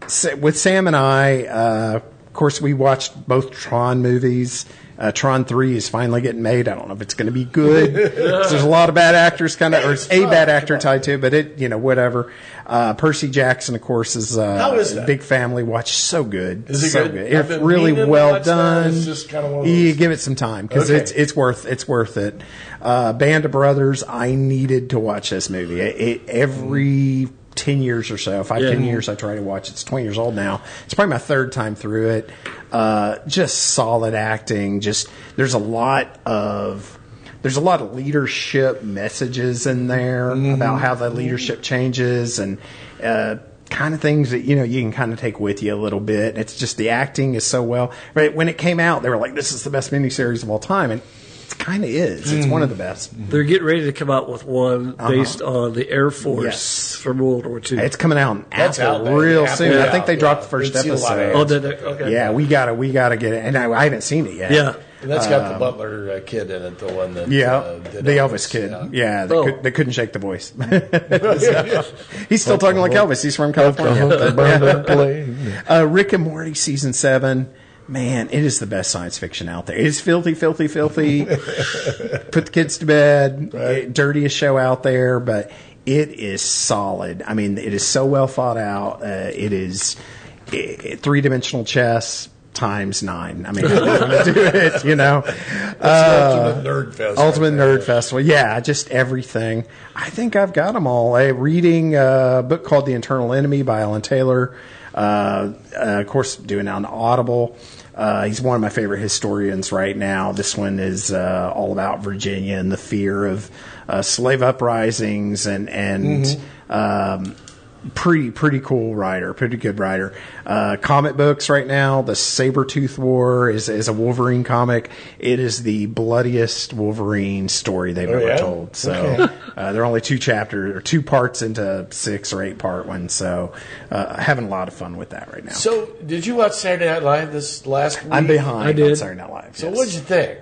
F: Sa- with Sam and I, uh, of course, we watched both Tron movies. Uh, Tron Three is finally getting made. I don't know if it's going to be good. 'Cause there's a lot of bad actors, kind of, or it's
B: Oh,
F: a bad actor tied to it, but it, you know, whatever. Uh, Percy Jackson, of course, is, uh,
B: How is that?
F: big family watch. So good,
B: Is it
F: so
B: good?
F: good.
B: I've
F: If
B: been
F: really
B: meaning to
F: well
B: watch that.
F: done.
B: It's just kinda one of
F: you
B: those-
F: give it some time because
B: Okay.
F: it's it's worth it's worth it. Uh, Band of Brothers. I needed to watch this movie. It, it, every ten years or so, five
C: Yeah.
F: ten years, I try to watch. it. It's twenty years old now. It's probably my third time through it. Uh, just solid acting. Just there's a lot of there's a lot of
B: Mm-hmm.
F: leadership messages in there about how the leadership changes and uh, kind of things that you know you can kind of take with you a little bit. It's just the acting is so well. Right when it came out, they were like, "This is the best miniseries of all time," and it kind of is.
B: Mm-hmm.
F: It's one of the best.
C: They're getting ready to come out with one
B: Uh-huh.
C: based on the Air Force
F: Yes.
C: from World War II.
F: It's coming out in
B: That's out
F: Apple
B: there.
F: real
B: Apple,
F: soon. I
B: yeah.
F: think they dropped the
B: Yeah.
F: first
B: We've seen a lot of
F: episode.
B: ads.
C: oh, they're, they're- okay.
F: Yeah, we gotta we gotta get it, and I, I haven't seen it yet.
C: Yeah.
B: And that's got the Butler uh, kid in it, the one that
F: Um, Yeah,
B: uh,
F: the
B: did
F: Elvis kid. Yeah, they,
C: Oh.
F: could, they couldn't shake the voice. he's still talking like Elvis. He's from California. Uh, Rick and Morty season seven. Man, it is the best science fiction out there. It is filthy, filthy, filthy. Put the kids to bed. Dirtiest show out there, but it is solid. I mean, it is so well thought out. Uh, it is three dimensional chess times nine. I mean, how do you wanna do it, you know.
B: Ultimate Nerd Fest.
F: Uh, Ultimate Nerd Festival. Yeah, just everything. I think I've got them all. Uh, reading uh, a book called The Internal Enemy by Alan Taylor. Uh, uh, of course, doing it on Audible. Uh, he's one of my favorite historians right now. This one is uh, all about Virginia and the fear of uh, slave uprisings and and
B: Mm-hmm.
F: um, pretty pretty cool writer, pretty good writer. Uh, comic books right now, the Sabretooth War is is a Wolverine comic. It is the bloodiest Wolverine story they've ever
B: Oh, yeah?
F: told. So uh, they're only two chapters or two parts into six or eight part one. So uh, having a lot of fun with that right now.
B: So, did you watch Saturday Night Live this last week?
F: I'm behind
C: I did.
F: on Saturday Night Live.
B: So,
F: yes.
B: what did you think?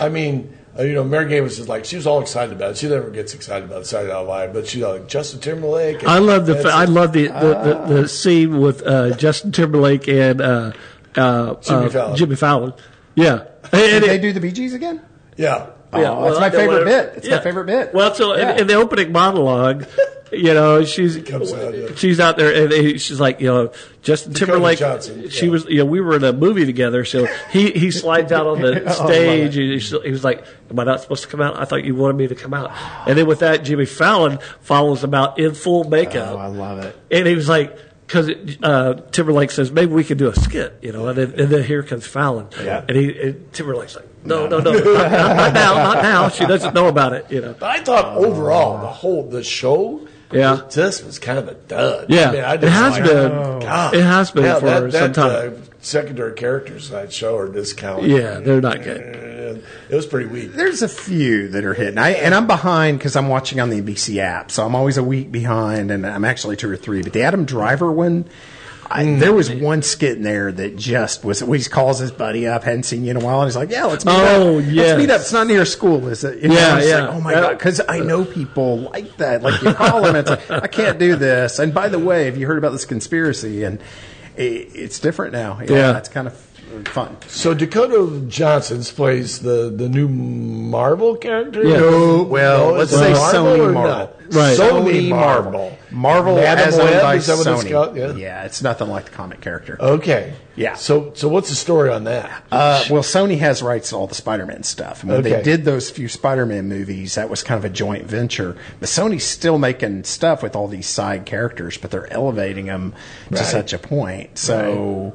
B: I mean, uh, you know, Mary Gay was just like she was all excited about it. She never gets excited about Saturday Night Live, but she like Justin Timberlake. and
C: I love the fa-
B: that's
C: I
B: it.
C: love the
F: Ah.
C: the, the, the scene with uh, Justin Timberlake and uh, uh,
B: Jimmy
C: uh,
B: Fallon.
C: Jimmy Fallon. Yeah, and,
F: did
C: and
F: they
C: it-
F: do the Bee Gees again?
B: yeah.
C: yeah,
F: Oh, that's
C: well,
F: my
C: I know
F: favorite
C: whatever.
F: bit. It's
C: Yeah.
F: my favorite bit.
C: Well, so
F: Yeah.
C: in, in the opening monologue, you know, she's
B: comes out, yeah.
C: she's out there and they- she's like, you know, Justin Timberlake.
B: Johnson,
C: she
B: yeah.
C: was, you know, we were in a movie together, so he he slides out on the
F: Oh, I love
C: stage and he's- he was like, "Am I not supposed to come out? I thought you wanted me to come out." And then with that, Jimmy Fallon follows him out in full makeup.
F: Oh, I love it.
C: And he was like, because uh, Timberlake says maybe we could do a skit, you know, and then, and then here comes Fallon,
F: Yeah.
C: and he and Timberlake's like, no, no, no, not, not now, not now. She doesn't know about it, you know.
B: But I thought overall the whole the show,
C: Oh. Yeah.
B: this was kind of a dud.
C: Yeah,
B: I mean, I
C: it
B: just
C: has
B: like, oh,
C: been.
B: God.
C: It has been
B: Yeah,
C: for
B: that,
C: some
B: that,
C: time.
B: Uh, secondary characters in that show are discounted.
C: yeah, they're not good.
B: And it was pretty weak.
F: There's a few that are hitting. I and I'm behind because I'm watching on the NBC app, so I'm always a week behind, and I'm actually two or three. But the Adam Driver one, I,
C: Mm.
F: there was one skit in there that just was. Well, he calls his buddy up, hadn't seen you in a while, and he's like, "Yeah, let's meet
C: Oh,
F: up.
C: yes.
F: Let's meet up. It's not near school, is it?" You
C: Yeah,
F: I'm just
C: yeah.
F: Like, oh my
C: That-
F: god, because I know people like that. Like you call them, it's like I can't do this. And by the way, have you heard about this conspiracy? And it, it's different now.
C: Yeah.
F: it's kind of fun.
B: So Dakota Johnson's plays the, the new Marvel character.
C: Yeah.
F: No, well, let's
B: is it
F: say Sony
B: or
F: Marvel.
B: not?
C: Right.
B: Sony Marvel.
F: Marvel
B: Madam
F: as owned
B: Web,
F: by
B: is that what it's
F: Sony.
B: called?
F: yeah.
B: Yeah. Oh,
F: it's nothing like the comic character.
B: Okay.
F: Yeah.
B: So so what's the story on that?
F: Uh, well, Sony has rights to all the Spider-Man stuff. And when they
B: Okay.
F: did those few Spider-Man movies, that was kind of a joint venture. But Sony's still making stuff with all these side characters, but they're elevating them to
B: Right.
F: such a point. So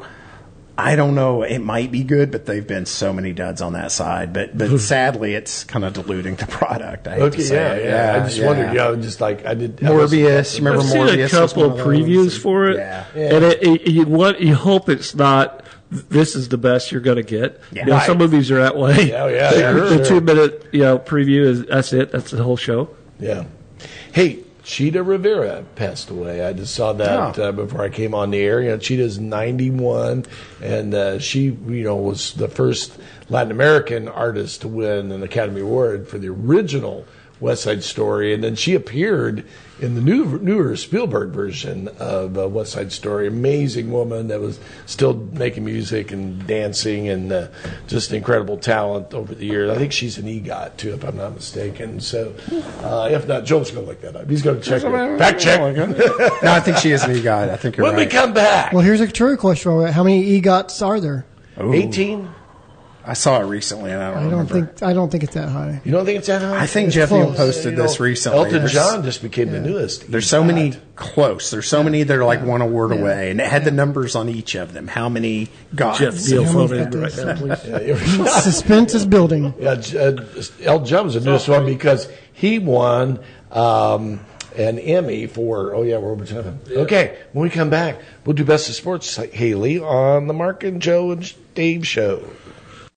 F: I don't know. It might be good, but they've been so many duds on that side. But but sadly, it's kind of diluting the product. I hate
B: Hmm.
F: to
B: okay.
F: say
B: Yeah,
F: it.
B: yeah. I just wondered. Yeah. I'm just like I did. I
F: Morbius.
B: wasn't-
F: Remember
C: I've seen
F: Morbius?
C: a
F: was
C: couple
F: one
C: of
F: those?
C: previews for it,
F: Yeah.
C: and it, it, you want you hope it's not. This is the best you're going to get.
F: Yeah.
C: You know, Some
F: Right.
C: movies are that way.
B: Yeah, oh, yeah,
C: The-
B: sure,
C: the
B: sure.
C: two minute you know preview is that's it. That's the whole show.
B: Yeah. Hey, Cheetah Rivera passed away. I just saw that
F: Oh.
B: uh, before I came on the air. You know, Cheetah's 91, and uh, she, you know, was the first Latin American artist to win an Academy Award for the original West Side Story, and then she appeared in the new, newer Spielberg version of uh, West Side Story. Amazing woman that was still making music and dancing, and uh, just incredible talent over the years. I think she's an EGOT too, if I'm not mistaken. So, uh, if not, Joel's going to look that up. He's going to check it. Fact
C: Oh
B: check.
F: no, I think she is an e-god. I think you're
B: When we
F: right.
B: come back,
E: Well, here's a true question: for you. How many egots are there?
B: 18.
F: I saw it recently, and I don't,
E: I don't
F: remember.
E: think I don't think it's that high.
B: You don't think it's that high?
F: I think
E: It's
F: Jeff
E: close.
F: Neal posted
B: You know,
F: this recently.
B: Elton
F: There's-
B: John just became the newest.
F: There's so many
B: EGOT.
F: close. There's so many that are like one award
E: Yeah.
F: away, and it had the numbers on each of them. How many gods?
C: Jeff Neal
E: how many
C: phone in right
E: factors?
C: now, please.
B: Yeah, you're-
E: Suspense is building.
B: Yeah, J- uh, Elton John was the newest one because he won um, an Emmy for. Oh yeah, we're over time. Okay, when we come back, we'll do best of sports Haley on the Mark and Joe and Dave show.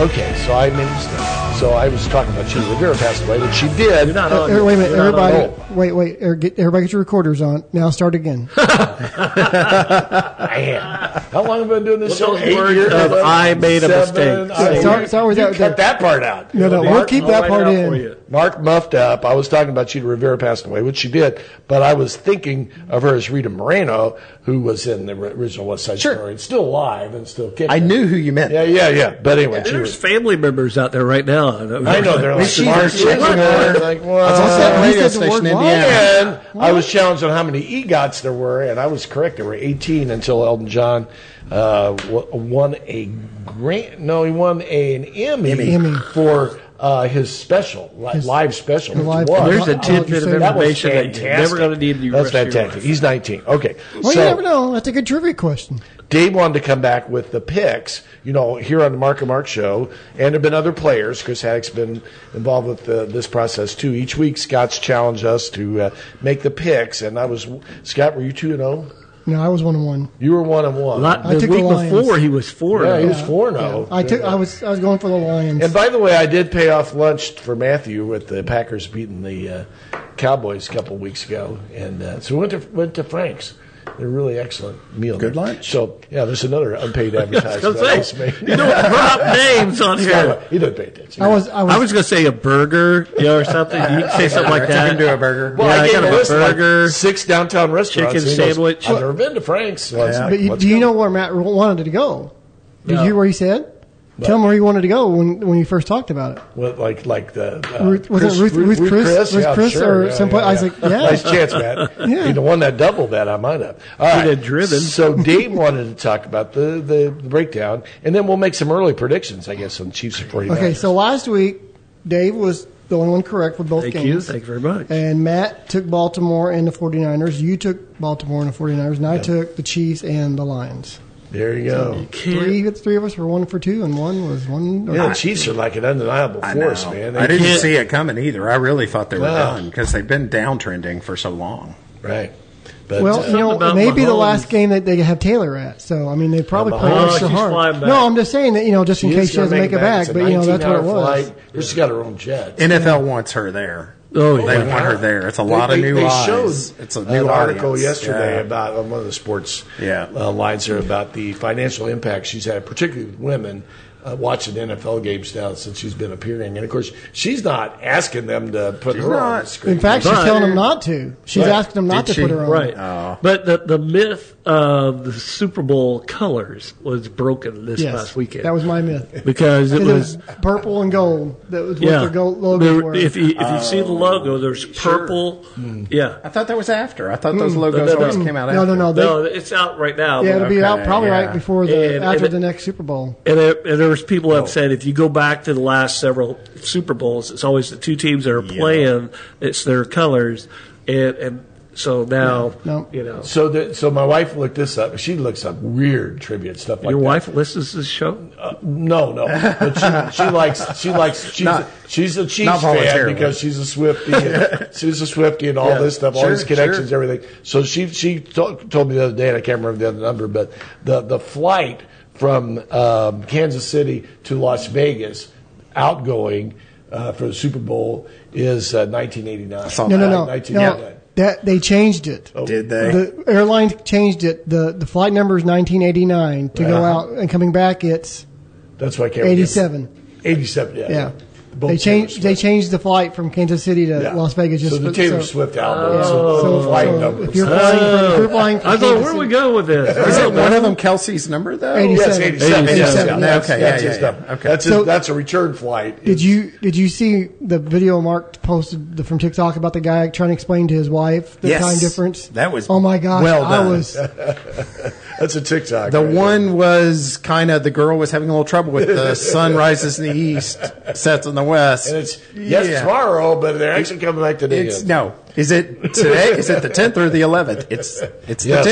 B: Okay, so I missed. So I was talking about Sheila Rivera passed away, but she did.
C: You're not
E: Uh,
C: on.
E: er, wait a minute,
C: You're not on.
E: everybody. Wait, wait. er, get- Everybody get your recorders on. Now start again.
B: Man, how long have I been doing this?
C: Look at the word of I made a mistake.
B: I-
E: Sorry- sorry
B: you
E: that-
B: cut that part out.
E: No, no, we'll
B: Mark,
E: keep
C: I'll
E: that
C: write it
E: part
C: out for
E: in.
C: you.
B: Mark muffed up. I was talking about Sheila Rivera passed away, which she did, but I was thinking of her as Rita Moreno, who was in the original West Side
F: Sure.
B: Story, and still alive and still kicking.
F: I knew who you meant.
B: Yeah, yeah, yeah. But anyway, she
C: There's
B: was.
C: family members out there right now.
B: I know they're like,
F: She-
B: Mark,
F: she-
B: Mark,
F: she-
B: like,
F: I was also
B: well,
F: at a
E: He
F: Uh, radio
E: said the
F: station in
E: word why.
F: Indiana.
B: And I was challenged on how many EGOTs there were, and I was correct. There were 18 until Elton John uh, w- won a grant. No, he won a, an Emmy,
E: Emmy.
B: for uh, his special, li-
E: His-
B: live special.
E: the
B: which
E: live-
B: was-
C: There's
E: I'll-
C: a
E: I'll
C: tidbit
E: just
C: of
E: say that.
B: that was
C: information that
B: fantastic.
C: you're never going to need the
B: That's
C: rest of your
B: fantastic.
C: life.
B: He's 19. Okay.
E: Well,
B: so,
E: you never know. That's a good trivia question.
B: Dave wanted to come back with the picks, you know, here on the Mark and Mark show, and there have been other players. Chris Haddock's been involved with uh this process too. Each week, Scott's challenged us to uh, make the picks, and I was Scott. Were you two and zero?
E: No, I was one on one.
B: You were one and one.
C: Lot-
E: I
C: the
E: took the
C: week
E: Lions.
C: before he was four.
B: yeah, he
C: now.
B: was four and zero.
E: I took. I was. I was going for the Lions.
B: And by the way, I did pay off lunch for Matthew with the Packers beating the uh, Cowboys a couple weeks ago, and uh, so we went to went to Frank's. They're really excellent meal.
F: Good lunch.
B: So yeah, there's another unpaid advertisement.
C: I was
B: That's
C: going to
B: me.
C: say, you don't drop names on here.
B: He didn't pay attention.
E: I was. I was.
C: I was going to say a burger you know, or something. You can say something like
F: I
C: that.
F: can do a burger.
B: Well,
C: yeah, I,
B: I, gave
C: got
B: a
C: a
B: list of, like,
C: burger.
B: six downtown restaurants.
C: chicken
B: and he goes,
C: sandwich.
B: I've never been to Frank's. So I was like,
E: but you,
B: "Let's
E: do you
B: go."
E: know where Matt wanted to go? Did
C: No.
E: you hear where he said? Tell him where he wanted to go when when you first talked about it.
B: What, like like the uh,
E: Ruth- was it Ruth- Ruth Chris? Ruth
B: Yeah,
E: Chris
B: sure.
E: or
B: yeah,
E: some-
B: yeah,
E: I was
B: yeah.
E: like, yeah.
B: nice chance, Matt.
E: Yeah.
B: He'd have won that double that I might have. All right,
C: have driven.
B: So Dave wanted to talk about the, the breakdown, and then we'll make some early predictions, I guess, on Chiefs and 49ers.
E: Okay, so last week Dave was the only one correct for both
C: Thank
E: games.
C: you. Thank you very much.
E: And Matt took Baltimore and the 49ers. You took Baltimore and the 49ers, and I took the Chiefs and the Lions.
B: there you go.
C: Can't-
E: Three, the three of us were one for two, and one was one. Or
B: Yeah, the Chiefs are like an undeniable
F: I,
B: force,
F: know.
B: man.
F: I didn't
C: can't-
F: see it coming either. I really thought they were
B: Wow.
F: done because they've been downtrending for so long.
B: right. But,
E: Well,
B: uh,
E: you know,
C: about
E: it may be the
C: Mahomes.
E: last game that they have Taylor at. So I mean, they probably
B: Oh,
E: played extra
C: she's
E: hard.
C: flying back.
E: No, I'm just saying that you know, just in
B: is
E: case she
B: gonna
E: doesn't make it back.
B: It's a
E: But you know, that's what it
B: 19-hour
E: was.
B: Flight. She's got her own jet.
F: NFL wants her there.
C: Oh,
F: they
C: yeah.
F: want her there. It's a lot
B: they,
F: of new
B: they
F: eyes.
B: Showed
F: it's a
B: an
F: new
B: article
F: audience.
B: yesterday
F: Yeah.
B: about on one of the sports
F: Yeah.
B: uh, lines there about the financial impact she's had, particularly with women. Uh, watching NFL games now since she's been appearing, and of course she's not asking them to put her on the
F: not.
B: screen.
E: In fact, she's
C: But-
E: telling them not to. She's
B: Right.
E: asking them not
F: Did
E: to put
F: she?
E: her on.
C: Right.
F: Oh.
C: But the, the myth of the Super Bowl colors was broken this
E: Yes,
C: last weekend.
E: That was my myth.
C: because it
E: It
C: was,
E: was purple and gold. That was what
C: yeah.
E: their gold
C: There-
E: logos were. Hmm.
C: if you if you see
F: Oh.
C: the logo, there's purple. Yeah.
F: I thought that was after. I thought those logos
C: Mm. no, no.
F: always came out
E: no,
F: after.
E: no, no, they-
C: no, it's out right now.
E: yeah,
C: but-
E: it'll be out
F: Okay,
E: probably
F: yeah.
E: right before the
C: And-
E: after
C: and-
E: the next Super Bowl.
C: And, there, and there was people that have said if you go back to the last several Super Bowls, it's always the two teams that are playing. It's their colors, and and so now
E: No.
C: you know
B: so, the, so my wife looked this up. She looks up weird trivia and stuff like
C: your
B: that. Uh,
C: wife listens to this show.
B: No, no. But she, she likes she likes she's
F: Not-
B: she's a Chiefs
F: not
B: fan
F: voluntarily.
B: because she's a Swifty. And she's a Swifty and all
F: Yeah,
B: this stuff, all
F: sure,
B: these connections,
F: sure.
B: everything. So she she to- told me the other day, and I can't remember the other number, but the the flight from um, Kansas City to Las Vegas, outgoing uh, for the Super Bowl is uh, 1989.
F: saw
E: No, no, no, no.
B: 1989.
E: That they changed it.
F: Did they?
E: The airline changed it. the The flight number is 1989 to go out, and coming back it's
B: That's why I can't remember.
E: 87.
B: 87, yeah.
E: Yeah.
B: Both
E: they changed
B: Taylor
E: they
B: Swift.
E: changed the flight from Kansas City to
B: Yeah.
E: Las Vegas. Just
B: so the Taylor
E: so-
B: Swift album.
E: so-
B: so,
E: so-
B: flight
E: so
B: numbers.
E: if you're flying, from, if you're flying from
C: Oh. I thought,
E: Kansas
C: where are we
E: City-
C: going with this?
F: Is
C: I
F: it
C: don't
F: one
C: know.
F: of them Kelsey's number though?
E: 80.
B: Yes, 87.
E: 87,
B: yeah.
E: yeah.
F: Okay,
B: that's
F: yeah,
B: his
F: yeah,
B: number.
F: yeah. Okay.
B: That's, his,
E: So-
B: that's a return flight.
E: Did you did you see the video Mark posted the, from TikTok about the guy trying to explain to his wife the
F: Yes.
E: time difference?
F: That was
E: oh my gosh!
F: well
E: I
F: done.
E: was
B: That's a TikTok.
F: The
B: right
F: one was kind of the girl was having a little trouble with the sun rises in the east, sets in the west.
B: there. And it's yes
F: Yeah.
B: tomorrow, but they're actually coming back today.
F: It's no. Is it today? Is it the tenth or the eleventh? It's it's
B: Yes.
F: the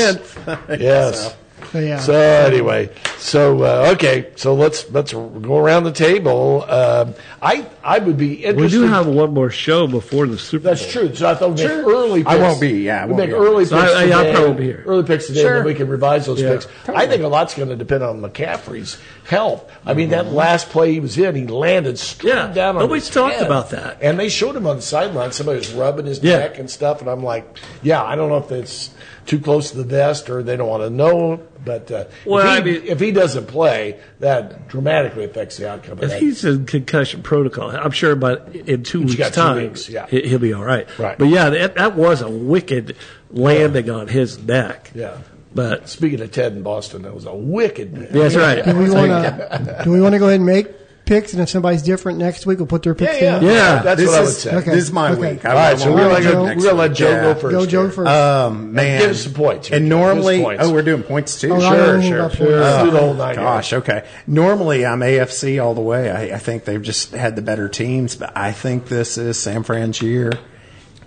F: tenth.
B: Yes.
E: yeah.
B: So anyway, so uh, okay, so let's let's go around the table. Um, I I would be interested.
C: We do have one more show before the Super Bowl.
B: That's true. So I thought we make early. Picks.
F: I won't be, yeah, I
B: we
F: won't
B: make
F: be.
B: early
C: So
B: picks.
C: I- I- I'll
B: today,
C: probably be here.
B: Early picks today,
F: Sure.
B: and then we can revise those
C: Yeah.
B: picks. I think a lot's going to depend on McCaffrey's health. I mean,
F: Mm-hmm.
B: that last play he was in, he landed straight
C: Yeah,
B: down. on
C: nobody's
B: his
C: talked
B: head.
C: about that.
B: And they showed him on the sideline. Somebody was rubbing his
C: Yeah.
B: neck and stuff. And I'm like, yeah, I don't know if it's too close to the vest or they don't want to know. But uh,
C: Well,
B: if, he,
C: I mean-
B: if he doesn't play, that dramatically affects the outcome. Of
C: If
B: that.
C: he's in concussion protocol, I'm sure about in two weeks'
B: got two
C: time,
B: weeks, yeah.
C: he- he'll be all right.
B: Right.
C: But yeah, that, that was a wicked landing on his neck.
B: yeah.
C: But
B: Speaking of Ted in Boston, that was a wicked.
C: that's right.
E: do we want to do we want to go ahead and make picks? And if somebody's different next week, we'll put their picks
B: Yeah,
E: in.
B: yeah.
C: Yeah.
B: that's
F: this
B: what I would
F: is,
B: say.
E: Okay.
F: This is my
E: Okay.
F: week.
B: All right, so we're going
E: All right,
B: to
E: Joe.
B: we're gonna let Joe go first.
E: Go Joe
B: here.
E: first.
F: Um, man,
B: give us some points here.
F: And
B: Give us
F: normally,
B: points.
F: oh, we're doing points too.
E: Oh, I don't know about points.
B: Let's do the whole nine
F: Gosh, okay. Normally, I'm AFC all the way. I, I think they've just had the better teams, but I think this is San Fran's year,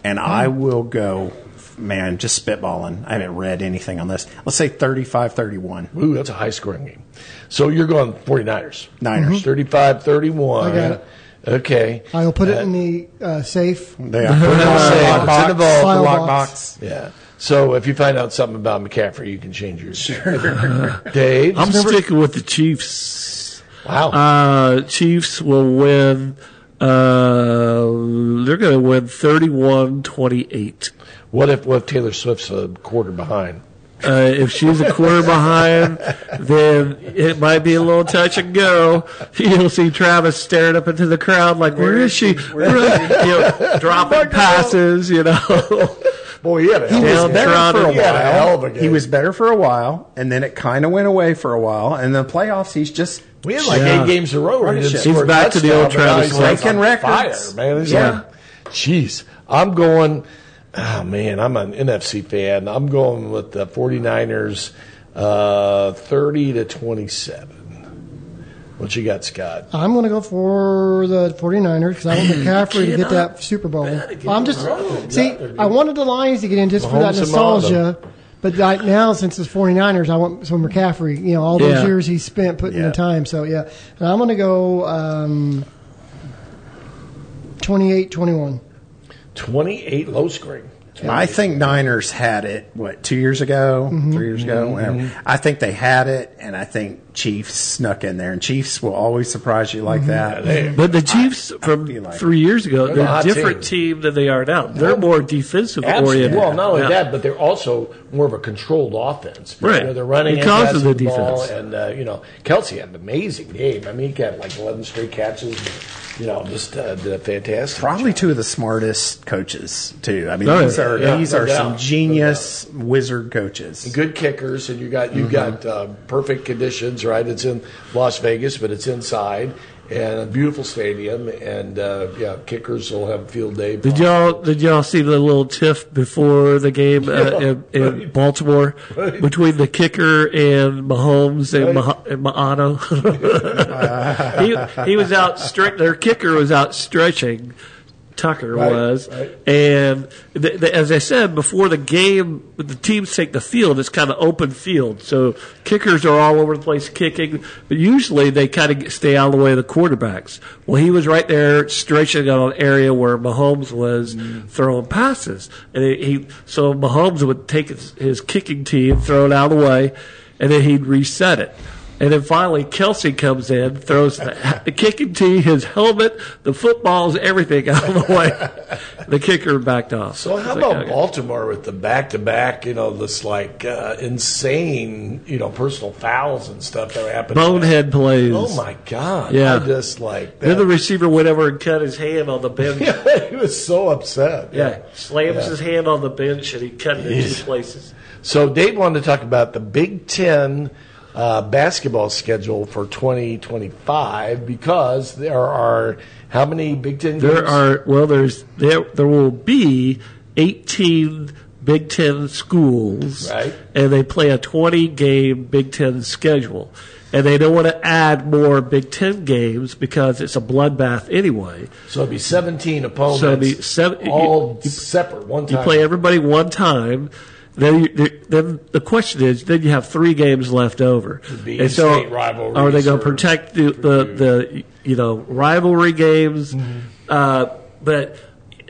F: and I will go. Man, just spitballing. I haven't read anything on this. Let's say 35-31.
B: Ooh, that's a high scoring game. So you're going 49ers.
F: Niners.
B: 35 31.
E: I got it.
B: Okay.
E: I'll put it in the uh, safe.
F: They are. Put it on
B: Say,
F: the
B: it's in
F: lockbox.
B: the vault.
E: File
F: Lockbox.
E: box.
B: Yeah. So if you find out something about McCaffrey, you can change yours. Dave?
C: I'm sticking with the Chiefs.
B: wow.
C: Uh, Chiefs will win. Uh, they're going to win 31 28.
B: what if what if Taylor Swift's a quarter behind?
C: Uh, if she's a quarter behind, then it might be a little touch and go. You'll see Travis staring up into the crowd like, "Where is she?" you know, dropping passes, you know.
B: Boy, yeah.
F: He was
C: Down
F: better
C: Toronto.
F: for a
B: He had a hell of a
F: while.
B: game.
F: He was better for a while, and then it kind of went away for a while. And the playoffs, he's just
B: we had like
C: Yeah.
B: eight games in a row. where he
F: He's
B: didn't score a
C: back to the old
B: touchdown, but now
C: Travis
B: he's
C: Swift.
B: like on
F: Breaking
B: Fire,
F: records.
B: man. It's
F: Yeah.
B: like, jeez. I'm going, oh, man, I'm an NFC fan. I'm going with the 49ers uh, 30 to 27. What you got, Scott?
E: I'm going to go for the 49ers because I want McCaffrey to get that Super Bowl. I'm just see. I wanted the Lions to get in just for that
B: Mahomes and Mahomes.
E: nostalgia, but like now since it's 49ers, I want some McCaffrey. You know, all those
C: Yeah.
E: years he spent putting
F: Yeah.
E: the time. So yeah, and I'm going to go um, 28-21.
B: 28 low scoring.
F: I think Niners had it what two years ago,
B: Mm-hmm.
F: three years ago, whatever. I think they had it, and I think Chiefs snuck in there, and Chiefs will always surprise you
B: Mm-hmm.
F: like that.
C: But the Chiefs from
F: feel like-
C: three years ago, they're,
B: a
C: a
B: hot
C: different team. than they are now. They're more defensive
B: Absolutely.
C: oriented.
B: Well, not only
C: Yeah.
B: that, but they're also more of a controlled offense.
C: Right.
B: You know, they're running and
C: Because of
B: passing
C: the
B: ball,
C: defense.
B: and uh, you know, Kelsey had an amazing game. I mean, he got like eleven straight catches. You know, just uh, did a fantastic.
F: Probably
B: job.
F: two of the smartest coaches too. I mean,
C: Oh,
F: these
C: yeah.
F: are
B: Yeah,
F: these
B: no
F: are
B: doubt. No
F: some
B: doubt.
F: genius wizard coaches.
B: good kickers, and you got
C: Mm-hmm.
B: you got uh, perfect conditions. Right, it's in Las Vegas, but it's inside. And a beautiful stadium, and uh, yeah, kickers will have a field day.
C: Did y'all did y'all see the little tiff before the game uh, in, in Baltimore between the kicker and Mahomes and, Mah- and Maano? he, he was out stretch. Their kicker was out stretching. Tucker
B: Right,
C: was,
B: right.
C: and th- th- as I said before the game, when the teams take the field. It's kind of open field, so kickers are all over the place kicking. But usually they kind of stay out of the way of the quarterbacks. Well, he was right there stretching on an area where Mahomes was
B: Mm-hmm.
C: throwing passes, and he, he so Mahomes would take his, his kicking team, throw it out of the way, and then he'd reset it. And then finally, Kelsey comes in, throws the, the kicking tee, his helmet, the footballs, everything out of the way. The kicker backed off.
B: So how
C: It's like,
B: about
C: okay.
B: Baltimore with the back to back? You know, this like uh, insane, you know, personal fouls and stuff that happened.
C: bonehead plays?
B: Oh my God!
C: Yeah.
B: I just like
C: Then
B: that.
C: the receiver went over and cut his hand on the bench. Yeah,
B: he was so upset.
C: slams
B: Yeah.
C: his hand on the bench and he cut it in
B: Jeez.
C: two places.
B: So Dave wanted to talk about the Big Ten uh, basketball schedule for 2025 because there are how many Big Ten?
C: There
B: games?
C: are well, there's there there will be 18 Big Ten schools,
B: Right.
C: And they play a 20 game Big Ten schedule, and they don't want to add more Big Ten games because it's a bloodbath anyway.
B: so it'd be 17 opponents.
C: So it'd be seven-
B: all separate one time.
C: You play everybody one time. Then, you, then the question is, then you have three games left over.
B: be
C: And so,
B: in-state rivalries
C: are they going
B: or
C: to protect the, the, the you know rivalry games? Uh, but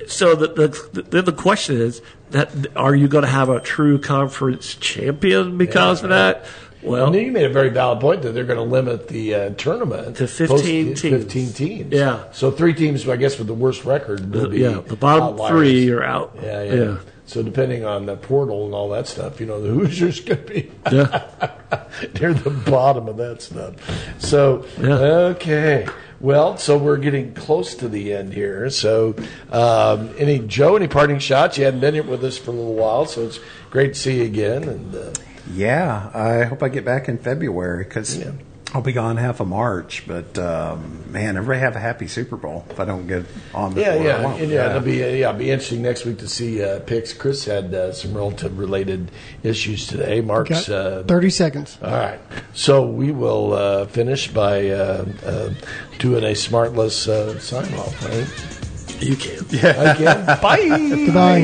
C: so the, the then the question is that are you going to have a true conference champion because of that? Well,
B: And you made a very valid point that they're going to limit the uh, tournament
C: To 15
B: post-
C: teams.
B: 15 teams.
C: Yeah.
B: So three teams, I guess, with the worst record will be
C: yeah, the bottom
B: outliers.
C: three are out.
B: Yeah, yeah. So depending on the portal and all that stuff, you know, the Hoosiers could be
C: Yeah.
B: near the bottom of that stuff. So
C: Yeah.
B: okay, well, so we're getting close to the end here. So um, any Joe, any parting shots? You hadn't been here with us for a little while, so it's great to see you again. And uh,
F: Yeah, I hope I get back in February because
B: Yeah.
F: I'll be gone half of March. But um, man, everybody have a happy Super Bowl if I don't get on before
B: Yeah,
F: I
B: yeah,
F: won't.
B: and yeah. It'll be uh, yeah, it'll be interesting next week to see uh, picks. Chris had uh, some relative related issues today. Mark's
E: Got
B: uh,
E: 30 seconds.
B: all right. So we will uh, finish by uh, uh, doing a smartless uh, sign off. Right?
C: you can
B: Again, bye.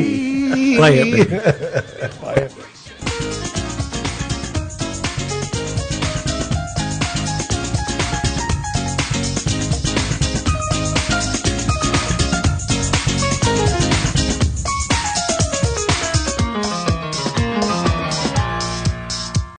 E: Goodbye.
C: play it.